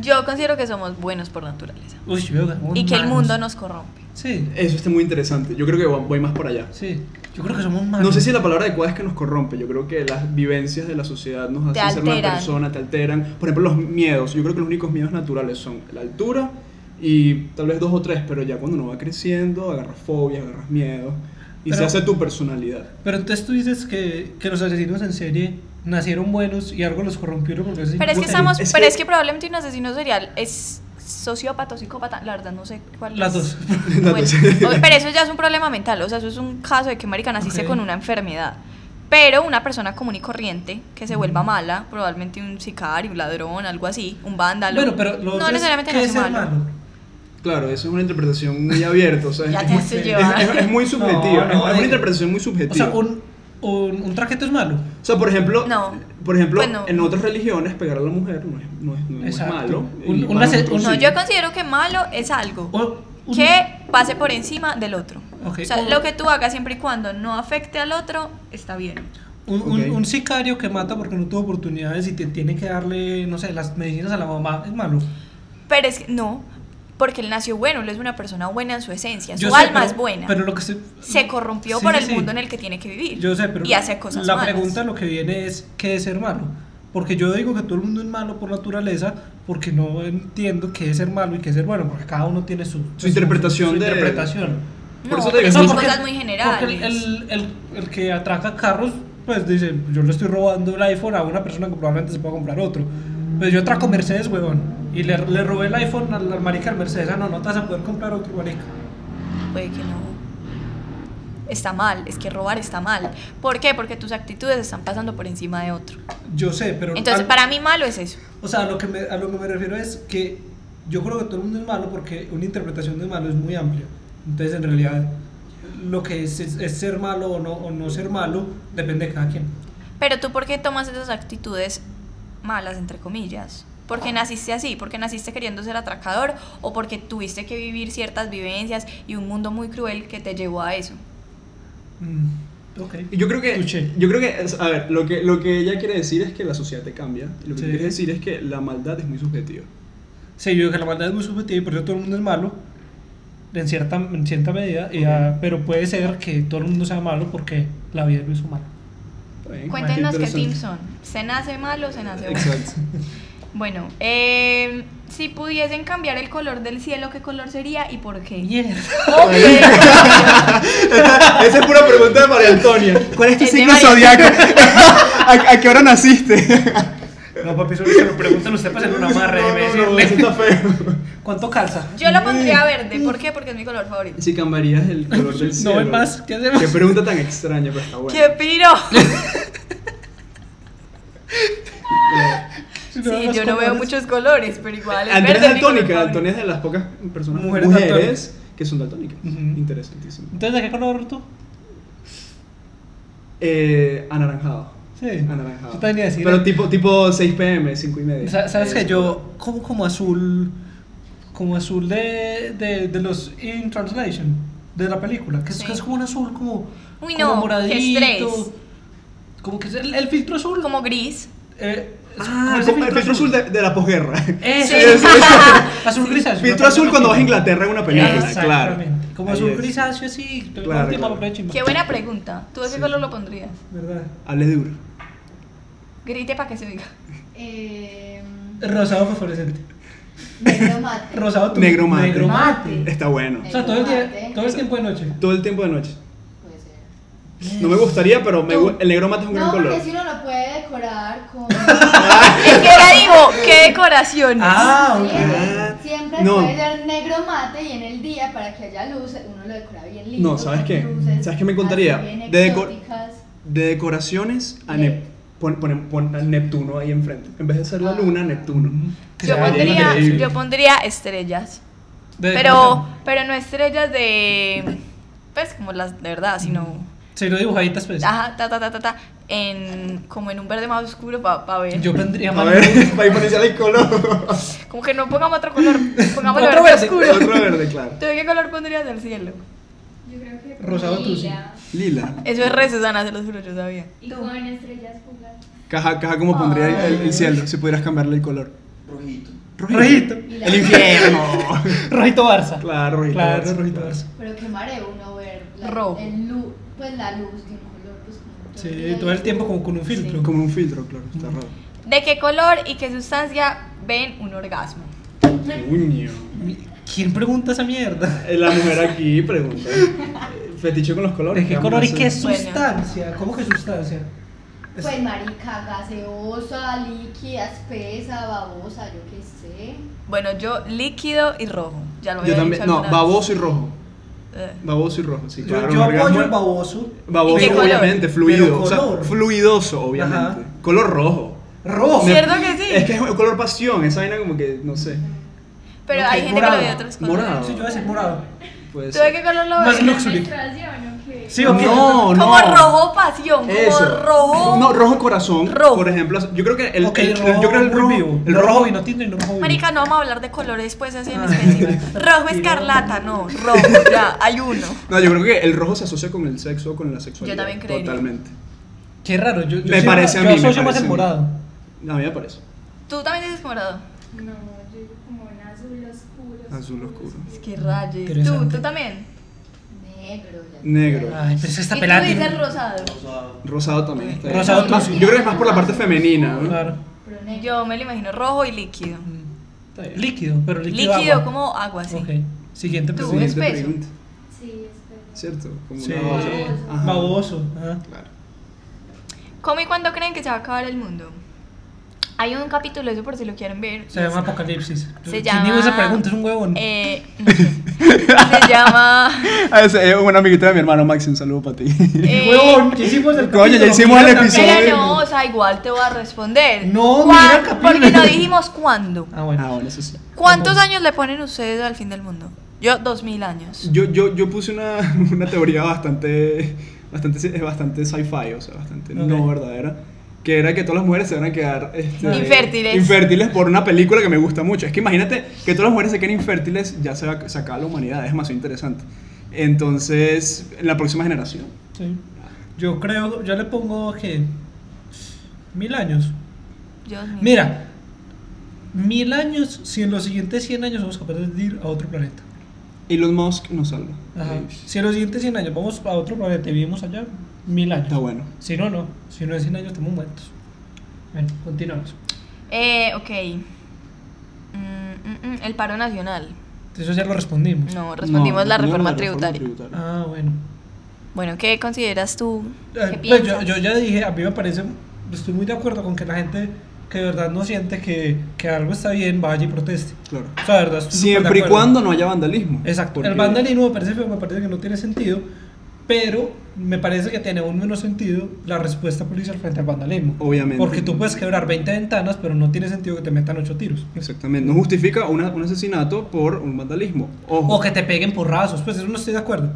[SPEAKER 4] Yo considero que somos buenos por naturaleza.
[SPEAKER 6] Uy, verga, huevón,
[SPEAKER 4] Y que el
[SPEAKER 6] manos.
[SPEAKER 4] mundo nos corrompe.
[SPEAKER 6] Sí,
[SPEAKER 1] Eso está muy interesante. Yo creo que voy voy más para allá.
[SPEAKER 6] sí. Yo creo que somos malos.
[SPEAKER 1] No sé si la palabra adecuada es que nos corrompe. Yo creo que las vivencias de la sociedad nos hacen
[SPEAKER 4] Te
[SPEAKER 1] ser una
[SPEAKER 4] alteran.
[SPEAKER 1] persona, te alteran. Por ejemplo, los miedos. Yo creo que los únicos miedos naturales son la altura y tal vez dos o tres, pero ya cuando uno va creciendo, agarras fobias, agarras miedos y se
[SPEAKER 6] Pero-
[SPEAKER 1] hace tu personalidad.
[SPEAKER 6] Pero entonces tú dices que, que los asesinos en serie nacieron buenos y algo los corrompieron porque así-
[SPEAKER 4] Pero es que
[SPEAKER 1] Bueno,
[SPEAKER 4] estamos,
[SPEAKER 1] es
[SPEAKER 4] pero
[SPEAKER 1] que-
[SPEAKER 4] es que probablemente un asesino serial es sociópata o psicópata, la verdad no sé cuál
[SPEAKER 6] Las
[SPEAKER 4] es.
[SPEAKER 6] dos.
[SPEAKER 1] Las
[SPEAKER 4] Bueno,
[SPEAKER 1] dos.
[SPEAKER 4] o- pero eso ya es un problema mental, o sea, eso es un caso de que marica naciste
[SPEAKER 6] Ok.
[SPEAKER 4] con una enfermedad. Pero una persona común y corriente que se vuelva mala, probablemente un sicario, un ladrón, algo así, un vándalo.
[SPEAKER 6] Bueno, pero lo
[SPEAKER 4] no
[SPEAKER 6] otro es,
[SPEAKER 4] necesariamente
[SPEAKER 6] ¿qué es
[SPEAKER 4] nace
[SPEAKER 6] ser
[SPEAKER 4] malo.
[SPEAKER 6] malo?
[SPEAKER 1] Claro, eso es una interpretación muy abierta. o sea,
[SPEAKER 4] Ya
[SPEAKER 1] es
[SPEAKER 4] te
[SPEAKER 1] muy-
[SPEAKER 4] hace
[SPEAKER 1] es-
[SPEAKER 4] llevar.
[SPEAKER 1] es- es muy subjetiva. es-
[SPEAKER 6] No, no,
[SPEAKER 1] es
[SPEAKER 6] de-
[SPEAKER 1] una interpretación muy subjetiva.
[SPEAKER 6] O sea, un, un, un trajeto es malo.
[SPEAKER 1] O sea, por ejemplo,
[SPEAKER 4] No.
[SPEAKER 1] por ejemplo
[SPEAKER 4] Bueno.
[SPEAKER 1] en otras religiones pegar a la mujer no es, no es, no es
[SPEAKER 6] Exacto.
[SPEAKER 1] malo.
[SPEAKER 6] Un-
[SPEAKER 1] y
[SPEAKER 6] un
[SPEAKER 1] para
[SPEAKER 6] ase-
[SPEAKER 1] nosotros
[SPEAKER 4] No,
[SPEAKER 6] un-
[SPEAKER 1] sí.
[SPEAKER 4] yo considero que malo es algo
[SPEAKER 6] O un-
[SPEAKER 4] que pase por encima del otro.
[SPEAKER 6] Ok.
[SPEAKER 4] O sea,
[SPEAKER 6] O-
[SPEAKER 4] lo que tú hagas siempre y cuando no afecte al otro, está bien.
[SPEAKER 6] Un, un-
[SPEAKER 1] Ok.
[SPEAKER 6] un sicario que mata porque no tuvo oportunidades y te tiene que darle, no sé, las medicinas a la mamá es malo.
[SPEAKER 4] Pero es que no, porque él nació bueno, él es una persona buena en su esencia, su
[SPEAKER 6] Yo sé,
[SPEAKER 4] alma
[SPEAKER 6] pero-
[SPEAKER 4] es buena.
[SPEAKER 6] Pero lo que se,
[SPEAKER 4] se corrompió
[SPEAKER 6] Sí,
[SPEAKER 4] por el
[SPEAKER 6] sí.
[SPEAKER 4] mundo en el que tiene que vivir.
[SPEAKER 6] Yo sé, pero
[SPEAKER 4] y hace cosas
[SPEAKER 6] la
[SPEAKER 4] malas.
[SPEAKER 6] pregunta lo que viene es qué es ser malo. Porque yo digo que todo el mundo es malo por naturaleza, porque no entiendo qué es ser malo y qué es ser bueno, porque cada uno tiene su,
[SPEAKER 1] Su interpretación
[SPEAKER 6] su
[SPEAKER 1] de-
[SPEAKER 6] interpretación.
[SPEAKER 4] No,
[SPEAKER 1] Por eso te
[SPEAKER 4] porque
[SPEAKER 1] digo,
[SPEAKER 4] son
[SPEAKER 1] no-
[SPEAKER 6] porque-
[SPEAKER 4] cosas muy generales.
[SPEAKER 6] Porque el, el- el- el que atraca carros, pues dice, yo le estoy robando el iPhone a una persona que probablemente se pueda comprar otro. Pues yo atraco Mercedes, huevón, y le, le robé el iPhone al, al marica del Mercedes. Ah, no, no te vas a poder comprar otro, marica.
[SPEAKER 4] Puede que no. Está mal, es que robar está mal. ¿Por qué? Porque tus actitudes están pasando por encima de otro.
[SPEAKER 6] Yo sé, pero...
[SPEAKER 4] Entonces,
[SPEAKER 6] al-
[SPEAKER 4] para mí malo es eso.
[SPEAKER 6] O sea, a lo, que me, a lo que me refiero es que yo creo que todo el mundo es malo porque una interpretación de malo es muy amplia. Entonces, en realidad, lo que es, es- es ser malo o no, o no ser malo depende de cada quien.
[SPEAKER 4] Pero tú, ¿por qué tomas esas actitudes malas, entre comillas? Porque naciste así, porque naciste queriendo ser atracador o porque tuviste que vivir ciertas vivencias y un mundo muy cruel que te llevó a eso.
[SPEAKER 6] ok.
[SPEAKER 1] Yo creo que,
[SPEAKER 6] Touché.
[SPEAKER 1] yo creo que, es- a ver, lo que, lo que ella quiere decir es que la sociedad te cambia. y Lo que
[SPEAKER 6] Sí.
[SPEAKER 1] quiere decir es que la maldad es muy subjetiva.
[SPEAKER 6] Sí, yo digo que la maldad es muy subjetiva y por eso todo el mundo es malo, en cierta, en cierta medida, y, ah, pero puede ser que todo el mundo sea malo porque la vida no es humana.
[SPEAKER 1] Está bien,
[SPEAKER 4] Cuéntenos qué
[SPEAKER 1] interesante.
[SPEAKER 4] team son. ¿Se nace malo o se nace bueno?
[SPEAKER 1] Exacto.
[SPEAKER 4] Bueno, eh, si pudiesen cambiar el color del cielo, ¿qué color sería y por qué?
[SPEAKER 1] Esa es pura pregunta de María Antonia. ¿Cuál es tu
[SPEAKER 6] este
[SPEAKER 4] Es de
[SPEAKER 1] signo
[SPEAKER 4] María-
[SPEAKER 1] zodiaco? ¿A, a qué hora naciste?
[SPEAKER 6] No, papi, eso se lo preguntan ustedes para hacer una amarre
[SPEAKER 1] No,
[SPEAKER 6] y
[SPEAKER 1] no, no,
[SPEAKER 6] decirle,
[SPEAKER 1] eso está feo.
[SPEAKER 6] ¿Cuánto calza?
[SPEAKER 4] Yo lo pondría verde, ¿por qué? Porque es mi color favorito.
[SPEAKER 1] Si cambiarías el color del cielo.
[SPEAKER 6] No hay más, ¿qué hacemos?
[SPEAKER 1] Qué pregunta tan extraña, pero está buena.
[SPEAKER 4] ¡Qué piro!
[SPEAKER 6] Si no,
[SPEAKER 4] Sí,
[SPEAKER 6] los
[SPEAKER 4] yo no veo
[SPEAKER 6] colores.
[SPEAKER 4] muchos colores, pero igual es
[SPEAKER 1] Antonia
[SPEAKER 4] verde.
[SPEAKER 1] es
[SPEAKER 4] mi color
[SPEAKER 1] daltónica.
[SPEAKER 4] favorito.
[SPEAKER 1] Antonia es de las pocas personas,
[SPEAKER 6] Mujeres
[SPEAKER 1] mujeres,
[SPEAKER 6] daltónicas.
[SPEAKER 1] que son daltónicas.
[SPEAKER 6] Ujú.
[SPEAKER 1] Interesantísimo.
[SPEAKER 6] Entonces, ¿de qué color tú?
[SPEAKER 1] Eh, anaranjado.
[SPEAKER 6] Sí.
[SPEAKER 1] Anaranjado.
[SPEAKER 6] Yo también iba a decir-
[SPEAKER 1] Pero tipo, tipo 6 pm, 5 y media.
[SPEAKER 6] Sa- Sabes
[SPEAKER 1] Eh,
[SPEAKER 6] que yo, como, como azul, como azul de, de, de los In Translation, de la película, que es,
[SPEAKER 4] Sí.
[SPEAKER 6] que es como un azul como,
[SPEAKER 4] Uy,
[SPEAKER 6] como
[SPEAKER 4] no, qué
[SPEAKER 6] moradito,
[SPEAKER 4] estrés.
[SPEAKER 6] como que es el, el filtro azul.
[SPEAKER 4] Como gris.
[SPEAKER 6] eh, es como
[SPEAKER 1] Ah,
[SPEAKER 6] ese
[SPEAKER 1] como el filtro azul de, de la posguerra.
[SPEAKER 6] Eso,
[SPEAKER 4] Sí.
[SPEAKER 6] eso, eso. azul grisáceo.
[SPEAKER 1] filtro azul cuando vas a
[SPEAKER 6] Inglaterra.
[SPEAKER 1] Inglaterra en una película. Claro.
[SPEAKER 6] Exactamente. Como
[SPEAKER 1] Ahí
[SPEAKER 6] azul ah.
[SPEAKER 1] es.
[SPEAKER 6] grisáceo, así. todo
[SPEAKER 1] Claro,
[SPEAKER 6] el tiempo
[SPEAKER 1] claro.
[SPEAKER 6] lo prende
[SPEAKER 4] Qué
[SPEAKER 6] chimba.
[SPEAKER 4] buena pregunta. ¿Tú de qué color lo pondrías?
[SPEAKER 6] ¿Verdad?
[SPEAKER 1] Hable duro.
[SPEAKER 4] Grite para que se oiga.
[SPEAKER 8] Eh,
[SPEAKER 6] Rosado fosforescente.
[SPEAKER 8] negro mate.
[SPEAKER 6] Rosado tu-
[SPEAKER 1] Negro mate.
[SPEAKER 6] Negro mate.
[SPEAKER 1] Está bueno.
[SPEAKER 6] O sea, todo el, día, todo el tiempo de noche.
[SPEAKER 1] Todo el tiempo de noche.
[SPEAKER 8] Puede ser.
[SPEAKER 1] No me gustaría, pero me gu- el negro mate es un gran
[SPEAKER 8] No,
[SPEAKER 1] color.
[SPEAKER 8] porque si uno lo puede decorar con.
[SPEAKER 4] Es que ya digo, qué decoraciones.
[SPEAKER 6] Ah,
[SPEAKER 8] Sí,
[SPEAKER 6] ok.
[SPEAKER 8] Siempre
[SPEAKER 1] No.
[SPEAKER 8] puede ser negro mate y en el día para que haya luz uno lo decora bien lindo.
[SPEAKER 1] No, ¿sabes
[SPEAKER 8] con
[SPEAKER 1] qué?
[SPEAKER 8] luces
[SPEAKER 1] ¿Sabes qué me encantaría?
[SPEAKER 8] así bien
[SPEAKER 1] De deco-
[SPEAKER 8] exóticas.
[SPEAKER 1] De decoraciones a
[SPEAKER 8] Bien.
[SPEAKER 1] Nep- pon- pon- pon a Neptuno ahí enfrente. En vez de ser
[SPEAKER 8] Ah.
[SPEAKER 1] la luna, Neptuno.
[SPEAKER 6] Que
[SPEAKER 4] Yo
[SPEAKER 6] se vaya
[SPEAKER 4] pondría,
[SPEAKER 6] increíble.
[SPEAKER 4] yo pondría estrellas.
[SPEAKER 6] De
[SPEAKER 4] Pero,
[SPEAKER 6] decoración.
[SPEAKER 4] pero no estrellas de. pues como las de verdad, sino
[SPEAKER 6] Sí, no dibujaditas, pues.
[SPEAKER 4] ajá, ta ta ta ta ta en como en un verde más oscuro para ver.
[SPEAKER 6] Yo vendría
[SPEAKER 1] A
[SPEAKER 6] más.
[SPEAKER 1] ver, para diferenciar el color.
[SPEAKER 4] Como que no pongamos otro color, pongamos
[SPEAKER 6] Otro
[SPEAKER 4] otro
[SPEAKER 6] verde.
[SPEAKER 4] verde oscuro.
[SPEAKER 1] Otro verde, claro.
[SPEAKER 4] ¿Tú qué color pondrías del cielo?
[SPEAKER 8] Yo creo que
[SPEAKER 6] Rosado
[SPEAKER 8] con
[SPEAKER 6] tú, sí.
[SPEAKER 8] lila
[SPEAKER 1] Lila.
[SPEAKER 4] Eso es re Susana, se los juro, yo sabía.
[SPEAKER 8] Y con estrellas fugaces.
[SPEAKER 1] Caja, caja, ¿cómo pondría el, el cielo si pudieras cambiarle el color?
[SPEAKER 6] Rojito.
[SPEAKER 8] Y la-
[SPEAKER 1] El infierno.
[SPEAKER 6] Rojito Barça.
[SPEAKER 1] claro, rojito.
[SPEAKER 6] Claro, rojito Barça.
[SPEAKER 8] Pero qué mareo uno ver la,
[SPEAKER 4] Rojo.
[SPEAKER 8] el lu- pues la luz de un color, pues como
[SPEAKER 6] Sí, todo el tiempo como con un filtro.
[SPEAKER 1] Como un filtro, claro, está raro.
[SPEAKER 4] ¿De qué color y qué sustancia ven un orgasmo?
[SPEAKER 1] Uño.
[SPEAKER 6] ¿Quién pregunta esa mierda?
[SPEAKER 1] Eh, La mujer aquí pregunta. eh, Fetiche con los colores.
[SPEAKER 6] ¿De qué
[SPEAKER 1] vamos a
[SPEAKER 6] color y
[SPEAKER 1] hacer?
[SPEAKER 6] qué
[SPEAKER 4] Bueno.
[SPEAKER 6] sustancia? ¿Cómo que sustancia? Es-
[SPEAKER 8] Pues marica, gaseosa, líquida, espesa, babosa, yo qué sé.
[SPEAKER 4] Bueno, yo líquido y rojo. Ya lo había
[SPEAKER 1] Yo también.
[SPEAKER 4] dicho
[SPEAKER 1] No,
[SPEAKER 4] alguna vez.
[SPEAKER 1] baboso y rojo.
[SPEAKER 4] Eh.
[SPEAKER 1] Baboso y rojo, sí,
[SPEAKER 6] Yo-
[SPEAKER 1] claro.
[SPEAKER 6] yo
[SPEAKER 1] un orgasmo-
[SPEAKER 6] apoyo el baboso.
[SPEAKER 4] ¿Y qué
[SPEAKER 1] Baboso,
[SPEAKER 4] color?
[SPEAKER 1] obviamente, fluido.
[SPEAKER 6] Pero
[SPEAKER 1] O sea,
[SPEAKER 6] color.
[SPEAKER 1] fluidoso, obviamente.
[SPEAKER 6] Ajá.
[SPEAKER 1] Color rojo.
[SPEAKER 6] Rojo.
[SPEAKER 1] Me-
[SPEAKER 4] Eh, ¿Cierto que sí?
[SPEAKER 1] Es que es un color pasión, esa vaina como que, no sé.
[SPEAKER 4] Pero
[SPEAKER 6] Ok,
[SPEAKER 4] hay gente
[SPEAKER 6] morado,
[SPEAKER 4] que lo ve de otros colores.
[SPEAKER 1] Morado.
[SPEAKER 6] Sí, yo voy a decir morado.
[SPEAKER 1] Puede
[SPEAKER 4] ¿Tú de
[SPEAKER 1] ser.
[SPEAKER 4] qué color lo
[SPEAKER 6] Más
[SPEAKER 4] ves?
[SPEAKER 6] luxury.
[SPEAKER 8] Menstruación, ¿o qué?
[SPEAKER 6] Sí, o qué?
[SPEAKER 1] No, no.
[SPEAKER 4] Como rojo pasión, como
[SPEAKER 1] Eso.
[SPEAKER 4] rojo.
[SPEAKER 1] No, rojo corazón.
[SPEAKER 4] Rojo.
[SPEAKER 1] Por ejemplo, yo creo que el,
[SPEAKER 6] Ok,
[SPEAKER 1] el- yo creo el
[SPEAKER 6] muy
[SPEAKER 1] rojo,
[SPEAKER 6] vivo.
[SPEAKER 1] el
[SPEAKER 6] No
[SPEAKER 1] rojo,
[SPEAKER 6] y no tinto y no rojo vivo.
[SPEAKER 4] Marica, no vamos a hablar de colores pues así en
[SPEAKER 6] Ah.
[SPEAKER 4] específico. Rojo escarlata, no, rojo, ya, hay uno.
[SPEAKER 1] No, yo creo que el rojo se asocia con el sexo, con la sexualidad.
[SPEAKER 4] Yo también creería.
[SPEAKER 1] Totalmente.
[SPEAKER 6] Qué raro. Yo, yo
[SPEAKER 1] Me
[SPEAKER 6] sí-
[SPEAKER 1] parece a
[SPEAKER 6] yo
[SPEAKER 1] mí, me
[SPEAKER 6] asocio más
[SPEAKER 1] parece a
[SPEAKER 6] el
[SPEAKER 1] mí.
[SPEAKER 6] morado.
[SPEAKER 1] A mí me parece.
[SPEAKER 4] Tú también dices morado.
[SPEAKER 8] No, yo digo como un azul oscuro.
[SPEAKER 1] Azul oscuro.
[SPEAKER 4] Es que rayes. Tú,
[SPEAKER 6] Interesante.
[SPEAKER 4] tú también.
[SPEAKER 8] Negro, ya.
[SPEAKER 1] Negro.
[SPEAKER 6] Ay, pero es que está
[SPEAKER 4] y
[SPEAKER 6] pelada.
[SPEAKER 4] tú dices
[SPEAKER 6] tiene-
[SPEAKER 4] rosado.
[SPEAKER 1] Rosado también está. ahí. Ah,
[SPEAKER 6] Rosado tú sí.
[SPEAKER 1] Yo creo que es más por la parte femenina. ¿no?
[SPEAKER 6] Claro.
[SPEAKER 8] Pero negro.
[SPEAKER 4] Yo me lo imagino rojo y líquido.
[SPEAKER 6] Está bien. Líquido, pero líquido.
[SPEAKER 4] Líquido,
[SPEAKER 6] agua.
[SPEAKER 4] como agua, sí.
[SPEAKER 6] Ok. Siguiente
[SPEAKER 4] Tú.
[SPEAKER 6] pregunta.
[SPEAKER 1] Siguiente
[SPEAKER 4] espeso.
[SPEAKER 1] pregunta.
[SPEAKER 8] Sí, espera.
[SPEAKER 1] ¿Cierto? Como
[SPEAKER 6] Sí.
[SPEAKER 1] una babosa. Ajá.
[SPEAKER 6] Baboso. ajá.
[SPEAKER 1] Claro.
[SPEAKER 4] ¿Cómo y cuándo creen que se va a acabar el mundo? Hay un capítulo de eso por si lo quieren ver.
[SPEAKER 6] Se llama Apocalipsis.
[SPEAKER 4] Se
[SPEAKER 6] ¿Quién
[SPEAKER 4] llama-
[SPEAKER 6] dijo esa pregunta? Es un huevón.
[SPEAKER 4] Eh, no sé. se llama.
[SPEAKER 1] Ah, ese es un amiguito de mi hermano Maxi, un saludo para ti.
[SPEAKER 4] eh,
[SPEAKER 6] huevón, ya hicimos el
[SPEAKER 1] Coño, ya
[SPEAKER 6] capítulo,
[SPEAKER 1] hicimos el
[SPEAKER 6] mierda.
[SPEAKER 1] episodio.
[SPEAKER 4] Pero no, o sea, igual te voy a responder.
[SPEAKER 6] No,
[SPEAKER 4] ¿Cuán-
[SPEAKER 6] mira, capítulo.
[SPEAKER 4] Porque no dijimos cuándo.
[SPEAKER 6] Ah,
[SPEAKER 1] Ah,
[SPEAKER 6] bueno.
[SPEAKER 1] bueno, eso sí.
[SPEAKER 4] ¿Cuántos años le ponen ustedes al fin del mundo? Yo, dos mil años.
[SPEAKER 1] Yo, yo, yo puse una, una teoría bastante, bastante, ci- eh, bastante sci-fi, o sea, bastante no
[SPEAKER 6] Ok.
[SPEAKER 1] verdadera, que era que todas las mujeres se van a quedar este,
[SPEAKER 4] Infértiles.
[SPEAKER 1] infértiles por una película que me gusta mucho. Es que imagínate que todas las mujeres se queden infértiles, ya se va a sacar la humanidad, es demasiado interesante. Entonces, en la próxima generación.
[SPEAKER 6] Sí. Yo creo, yo le pongo que mil años.
[SPEAKER 4] Dios mío.
[SPEAKER 6] Mira, mil años, si en los siguientes 100 años somos capaces de ir a otro planeta.
[SPEAKER 1] Elon Musk nos salva.
[SPEAKER 6] Ajá.
[SPEAKER 1] Eh,
[SPEAKER 6] Si en los siguientes 100 años vamos a otro planeta y vivimos allá, mil años.
[SPEAKER 1] Está bueno.
[SPEAKER 6] Si no, no. Si no en 100 años estamos muertos. Bueno, continuamos.
[SPEAKER 4] Eh, ok. Mm, mm, mm, el paro nacional.
[SPEAKER 6] Eso ya lo respondimos.
[SPEAKER 4] No, respondimos
[SPEAKER 1] No,
[SPEAKER 4] la
[SPEAKER 1] no,
[SPEAKER 4] reforma tributaria.
[SPEAKER 6] Ah, bueno.
[SPEAKER 4] Bueno, ¿qué consideras tú? ¿Qué
[SPEAKER 6] Eh, pues yo,
[SPEAKER 4] piensas?
[SPEAKER 6] yo ya dije, a mí me parece, estoy muy de acuerdo con que la gente que de verdad no siente que, que algo está bien vaya y proteste.
[SPEAKER 1] Claro.
[SPEAKER 6] O sea, de verdad, estoy súper de
[SPEAKER 1] Siempre y
[SPEAKER 6] acuerdo.
[SPEAKER 1] cuando no haya vandalismo.
[SPEAKER 6] Exacto.
[SPEAKER 1] Porque-
[SPEAKER 6] El vandalismo me parece feo, me parece que no tiene sentido, pero me parece que tiene un menos sentido la respuesta policial frente al vandalismo.
[SPEAKER 1] Obviamente.
[SPEAKER 6] Porque tú puedes quebrar 20 ventanas, pero no tiene sentido que te metan 8 tiros.
[SPEAKER 1] Exactamente. No justifica una- un asesinato por un vandalismo. Ojo.
[SPEAKER 6] O que te peguen porrazos, pues eso no estoy de acuerdo.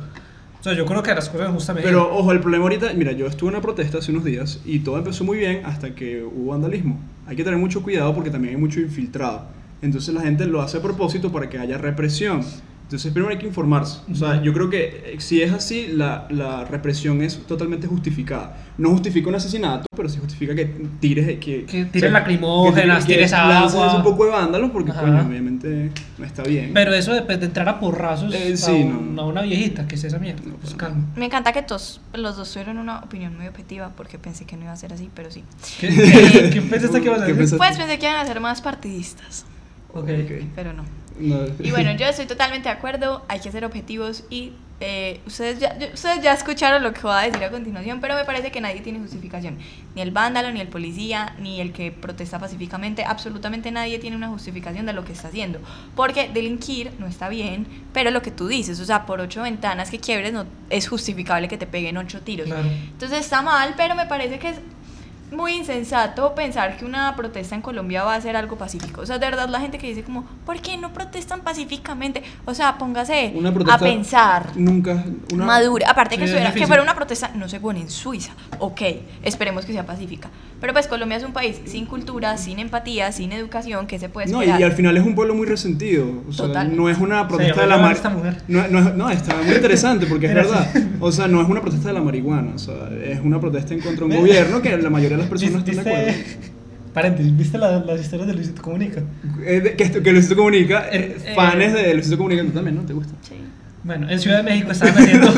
[SPEAKER 6] O sea, yo creo que las cosas justamente...
[SPEAKER 1] Pero ojo, el problema ahorita, mira, yo estuve en una protesta hace unos días y todo empezó muy bien hasta que hubo vandalismo. Hay que tener mucho cuidado porque también hay mucho infiltrado. Entonces la gente lo hace a propósito para que haya represión. Entonces primero hay que informarse. O sea, yo creo que eh, si es así, la, la represión es totalmente justificada. No justifica un asesinato, pero sí justifica que tires... eh, Que,
[SPEAKER 6] Que
[SPEAKER 1] o sea,
[SPEAKER 6] tires lacrimógenas,
[SPEAKER 1] que
[SPEAKER 6] tires
[SPEAKER 1] lances
[SPEAKER 6] agua.
[SPEAKER 1] un poco de vándalos porque,
[SPEAKER 6] Ajá.
[SPEAKER 1] coño, obviamente no está bien.
[SPEAKER 6] Pero eso de, pues, de entrar a porrazos
[SPEAKER 1] Eh, sí,
[SPEAKER 6] a, un-
[SPEAKER 1] no.
[SPEAKER 6] a una viejita, que es esa mierda.
[SPEAKER 1] No,
[SPEAKER 6] pues,
[SPEAKER 1] no.
[SPEAKER 6] calma.
[SPEAKER 4] Me encanta que todos los dos tuvieron una opinión muy objetiva porque pensé que no iba a ser así, pero sí.
[SPEAKER 6] ¿Qué, qué, qué pensaste que ibas a
[SPEAKER 1] ¿Qué
[SPEAKER 6] decir?
[SPEAKER 4] Pues penté que iban a ser más partidistas,
[SPEAKER 6] Ok.
[SPEAKER 1] Ok.
[SPEAKER 4] pero no.
[SPEAKER 1] No.
[SPEAKER 4] Y bueno, yo estoy totalmente de acuerdo, hay que ser objetivos y eh, ustedes, ya, yo- ustedes ya escucharon lo que voy a decir a continuación, pero me parece que nadie tiene justificación. Ni el vándalo, ni el policía, ni el que protesta pacíficamente, absolutamente nadie tiene una justificación de lo que está haciendo. Porque delinquir no está bien, pero lo que tú dices, o sea, por ocho ventanas que quiebres, no es justificable que te peguen ocho tiros.
[SPEAKER 6] Claro.
[SPEAKER 4] Entonces está mal, pero me parece que es muy insensato pensar que una protesta en Colombia va a ser algo pacífico. O sea, de verdad la gente que dice como, ¿por qué no protestan pacíficamente? O sea, póngase
[SPEAKER 1] Una protesta-
[SPEAKER 4] a pensar.
[SPEAKER 1] Nunca. Una,
[SPEAKER 4] Madura, aparte
[SPEAKER 9] Sí,
[SPEAKER 4] que,
[SPEAKER 9] es
[SPEAKER 4] fuera, que
[SPEAKER 9] difícil.
[SPEAKER 4] fuera una protesta, no sé, bueno, en Suiza, ok, esperemos que sea pacífica. Pero pues Colombia es un país sin cultura, sin empatía, sin educación, que se puede
[SPEAKER 1] No, y,
[SPEAKER 4] esperar?
[SPEAKER 1] y al final es un pueblo muy resentido. O sea,
[SPEAKER 4] Totalmente.
[SPEAKER 1] no es una protesta
[SPEAKER 6] Se
[SPEAKER 1] de la
[SPEAKER 6] llamó
[SPEAKER 1] mar-
[SPEAKER 6] esta mujer.
[SPEAKER 1] No, no, es- no, está muy interesante porque es
[SPEAKER 6] Era
[SPEAKER 1] verdad. O sea, no es una protesta de la marihuana. O sea, es una protesta en contra de un
[SPEAKER 6] Mira.
[SPEAKER 1] gobierno que la mayoría de las personas están de acuerdo.
[SPEAKER 6] ¿Viste? Paréntesis, ¿viste la- las historias de Luisito Comunica?
[SPEAKER 1] Eh, de- que, esto- que Luisito Comunica, eh,
[SPEAKER 6] Eh, eh.
[SPEAKER 1] fanes de Luisito Comunica, tú también, ¿no? ¿Te gusta?
[SPEAKER 4] Sí.
[SPEAKER 6] Bueno, en Ciudad de México estaban haciendo.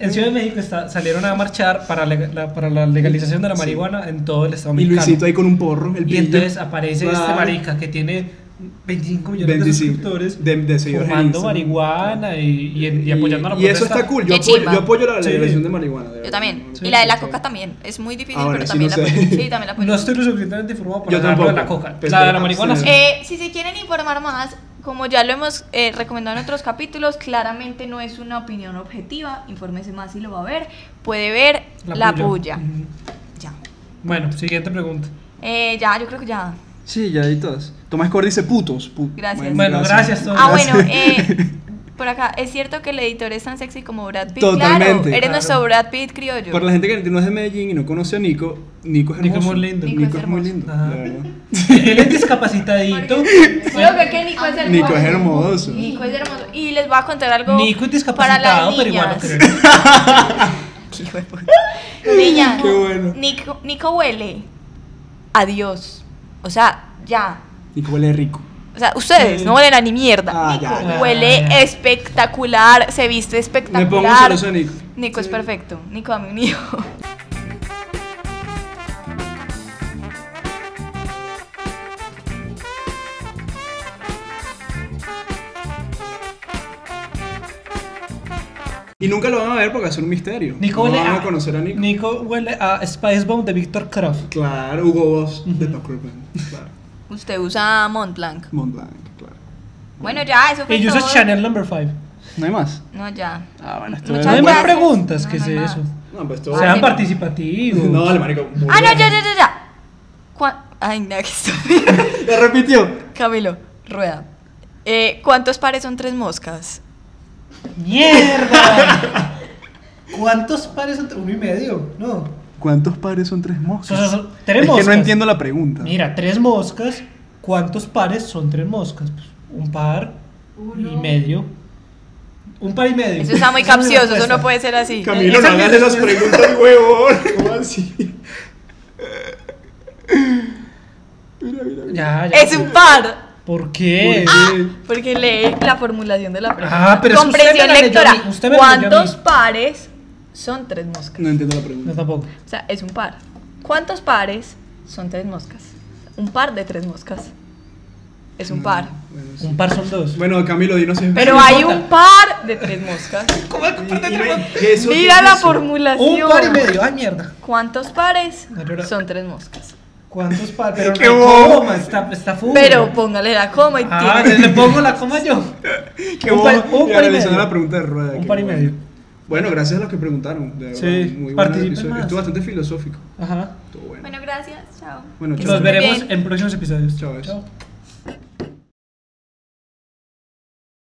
[SPEAKER 6] en Ciudad de México está- salieron a marchar para, lega- la, para la legalización de la
[SPEAKER 1] Sí.
[SPEAKER 6] marihuana en todo el estado
[SPEAKER 1] Y
[SPEAKER 6] mexicano.
[SPEAKER 1] Luisito ahí con un porro, el
[SPEAKER 6] Y
[SPEAKER 1] pillo.
[SPEAKER 6] entonces aparece este
[SPEAKER 1] Ah.
[SPEAKER 6] marica que tiene 25 millones
[SPEAKER 1] 25
[SPEAKER 6] de suscriptores
[SPEAKER 1] de- de seguidores en
[SPEAKER 6] fumando
[SPEAKER 1] Instagram.
[SPEAKER 6] marihuana y, y, y apoyando a la
[SPEAKER 1] Y eso
[SPEAKER 6] protesta.
[SPEAKER 1] está cool. Yo
[SPEAKER 4] Qué
[SPEAKER 1] apoyo,
[SPEAKER 4] chimba.
[SPEAKER 1] yo apoyo la
[SPEAKER 6] Sí.
[SPEAKER 1] legalización de marihuana. de
[SPEAKER 4] Yo
[SPEAKER 1] verdad.
[SPEAKER 4] también.
[SPEAKER 6] Sí,
[SPEAKER 4] y la de la
[SPEAKER 1] sí.
[SPEAKER 4] coca también. Es muy difícil,
[SPEAKER 1] Ah, bueno,
[SPEAKER 4] pero
[SPEAKER 1] sí,
[SPEAKER 4] también
[SPEAKER 1] no
[SPEAKER 4] la
[SPEAKER 1] sé.
[SPEAKER 4] apoyo. Sí, también la apoyo.
[SPEAKER 6] Pues No estoy lo suficientemente informado para
[SPEAKER 1] Yo
[SPEAKER 6] hablar de la
[SPEAKER 1] tampoco, Pues
[SPEAKER 6] coca.
[SPEAKER 1] pero
[SPEAKER 6] la de la
[SPEAKER 1] estoy
[SPEAKER 6] marihuana sí.
[SPEAKER 1] abstenido.
[SPEAKER 4] Eh, si se quieren informar más, como ya lo hemos eh, recomendado en otros capítulos, claramente no es una opinión objetiva. Infórmese más si lo va a ver. Puede ver la, puya.
[SPEAKER 6] Ujú.
[SPEAKER 4] Ya.
[SPEAKER 6] Bueno, siguiente pregunta.
[SPEAKER 4] Eh, ya, yo creo que ya.
[SPEAKER 1] Sí, ya y todas. Tomás Cor dice putos. pu-
[SPEAKER 4] Gracias.
[SPEAKER 6] Bueno, gracias, Tomás.
[SPEAKER 4] Ah, bueno, eh, por acá, ¿es cierto que el editor es tan sexy como Brad Pitt? claro,
[SPEAKER 1] Totalmente,
[SPEAKER 4] eres
[SPEAKER 6] claro.
[SPEAKER 4] nuestro Brad Pitt criollo.
[SPEAKER 1] Para la gente que no es de Medellín y no conoce a Nico, Nico es hermoso.
[SPEAKER 6] Nico es muy lindo.
[SPEAKER 4] Nico
[SPEAKER 1] Nico,
[SPEAKER 4] es
[SPEAKER 1] es muy
[SPEAKER 4] hermoso.
[SPEAKER 1] lindo.
[SPEAKER 6] Ajá.
[SPEAKER 1] la verdad.
[SPEAKER 6] Él es discapacitadito.
[SPEAKER 4] Creo que, que Nico es hermoso.
[SPEAKER 1] Nico es hermoso.
[SPEAKER 4] Nico es hermoso. Y les voy a contar algo.
[SPEAKER 6] Nico es
[SPEAKER 4] para
[SPEAKER 6] discapacitado,
[SPEAKER 4] las
[SPEAKER 6] pero igual lo
[SPEAKER 4] niñas. Niña,
[SPEAKER 6] queremos.
[SPEAKER 1] Qué bueno.
[SPEAKER 4] Nico, Nico huele a Dios. O sea, ya.
[SPEAKER 1] Nico huele rico.
[SPEAKER 4] O sea, ustedes no huelen a ni mierda.
[SPEAKER 1] Ah,
[SPEAKER 4] Nico
[SPEAKER 1] ya,
[SPEAKER 6] ya.
[SPEAKER 4] huele
[SPEAKER 6] Ah, ya.
[SPEAKER 4] espectacular, se viste
[SPEAKER 1] Me
[SPEAKER 4] espectacular.
[SPEAKER 1] pongo celoso de Nico.
[SPEAKER 4] Nico es perfecto. Nico, dame un hijo.
[SPEAKER 1] Y nunca lo van a ver porque va a ser un misterio.
[SPEAKER 6] Nico
[SPEAKER 1] no
[SPEAKER 6] huele
[SPEAKER 1] van a conocer a Nico.
[SPEAKER 6] Nico huele a Spice Bomb de Victor Kraft.
[SPEAKER 1] Claro, Hugo Boss de Tucker Band. Claro.
[SPEAKER 4] Usted usa Montblanc.
[SPEAKER 1] Mont Blanc, claro.
[SPEAKER 4] Bueno, ya, eso fue
[SPEAKER 6] Y yo
[SPEAKER 4] todo.
[SPEAKER 6] soy Chanel number 5.
[SPEAKER 1] ¿No hay más?
[SPEAKER 4] No, ya.
[SPEAKER 1] Ah, bueno, esto
[SPEAKER 4] Muchas
[SPEAKER 6] No hay más
[SPEAKER 4] gracias.
[SPEAKER 6] preguntas, ¿qué
[SPEAKER 4] No,
[SPEAKER 6] es
[SPEAKER 4] no hay
[SPEAKER 6] eso?
[SPEAKER 4] más.
[SPEAKER 1] No, pues todo.
[SPEAKER 6] Sean
[SPEAKER 4] sí, no.
[SPEAKER 6] participativos.
[SPEAKER 1] No, vale, marico. muy
[SPEAKER 4] Ah, no,
[SPEAKER 1] bien.
[SPEAKER 4] ya, ya, ya, ya. ¿Cuá- Ay, nada, que estoy-
[SPEAKER 1] Lo repitió.
[SPEAKER 4] Camilo, rueda. Eh, ¿Cuántos pares son tres moscas?
[SPEAKER 6] ¡Mierda! ¿Cuántos pares son? Uno y medio, ¿no?
[SPEAKER 1] ¿Cuántos pares son tres
[SPEAKER 6] O sea,
[SPEAKER 1] moscas?
[SPEAKER 6] son tres
[SPEAKER 1] Es que no
[SPEAKER 6] moscas.
[SPEAKER 1] entiendo la pregunta.
[SPEAKER 6] Mira, tres moscas. ¿Cuántos pares son tres moscas? Pues, un par y medio. Un par y medio.
[SPEAKER 4] Eso está muy
[SPEAKER 6] Esa es mi
[SPEAKER 4] capcioso, eso
[SPEAKER 6] respuesta.
[SPEAKER 4] no puede ser así.
[SPEAKER 1] Camilo, no
[SPEAKER 6] Esa es mi
[SPEAKER 1] hagas esas
[SPEAKER 6] respuesta.
[SPEAKER 1] preguntas, huevón. ¿Cómo así? Mira, mira, mira.
[SPEAKER 6] Ya, ya.
[SPEAKER 4] Es un par.
[SPEAKER 6] ¿Por qué?
[SPEAKER 4] Porque lee la formulación de la pregunta.
[SPEAKER 6] Ah, pero es que usted
[SPEAKER 4] Comprensión
[SPEAKER 6] me la leyó a mí,
[SPEAKER 4] lectora.
[SPEAKER 6] usted me la leyó a
[SPEAKER 4] ¿Cuántos
[SPEAKER 6] mí. Mm.
[SPEAKER 4] pares son tres moscas?
[SPEAKER 1] No entiendo la
[SPEAKER 6] No,
[SPEAKER 1] pregunta.
[SPEAKER 6] tampoco.
[SPEAKER 4] O sea, es un par. ¿Cuántos pares son tres moscas? Un par de tres moscas. Es un par.
[SPEAKER 1] Bueno, sí.
[SPEAKER 6] Un par son dos.
[SPEAKER 1] Bueno, Camilo, dinos si es
[SPEAKER 4] Pero
[SPEAKER 6] no
[SPEAKER 4] hay
[SPEAKER 6] Mm. importa.
[SPEAKER 4] un par de tres moscas.
[SPEAKER 6] ¿Cómo es que un par de tres moscas?
[SPEAKER 1] ¿Qué eso
[SPEAKER 4] Mira
[SPEAKER 1] tiene
[SPEAKER 4] la
[SPEAKER 1] eso?
[SPEAKER 4] formulación.
[SPEAKER 6] Un par y medio. Ay, mierda.
[SPEAKER 4] ¿Cuántos pares
[SPEAKER 6] Aurora.
[SPEAKER 4] son tres moscas?
[SPEAKER 6] ¿Cuántos pares? Pero
[SPEAKER 1] ¡Qué
[SPEAKER 6] no hay
[SPEAKER 1] bobo!
[SPEAKER 6] coma, está, está full.
[SPEAKER 4] Pero póngale la coma y
[SPEAKER 6] Uh. Ah,
[SPEAKER 4] tiene-
[SPEAKER 6] le pongo la coma yo.
[SPEAKER 1] Qué
[SPEAKER 6] Un par-
[SPEAKER 1] bobo.
[SPEAKER 6] un
[SPEAKER 1] Mira,
[SPEAKER 6] par y
[SPEAKER 1] realizando
[SPEAKER 6] medio.
[SPEAKER 1] la pregunta de rueda.
[SPEAKER 6] Un
[SPEAKER 1] qué
[SPEAKER 6] par y
[SPEAKER 1] bueno.
[SPEAKER 6] medio.
[SPEAKER 1] Bueno, gracias a los que preguntaron. De verdad,
[SPEAKER 6] Sí,
[SPEAKER 1] muy buen
[SPEAKER 6] participen
[SPEAKER 1] episodio.
[SPEAKER 6] más.
[SPEAKER 1] Estuvo bastante filosófico.
[SPEAKER 6] Ajá.
[SPEAKER 1] Estuvo bueno.
[SPEAKER 4] Bueno, gracias. Chao.
[SPEAKER 1] Bueno,
[SPEAKER 4] Que
[SPEAKER 1] chao.
[SPEAKER 6] Nos
[SPEAKER 4] estén
[SPEAKER 6] veremos
[SPEAKER 4] bien.
[SPEAKER 6] en próximos episodios.
[SPEAKER 1] Chao, besos.
[SPEAKER 6] Chao.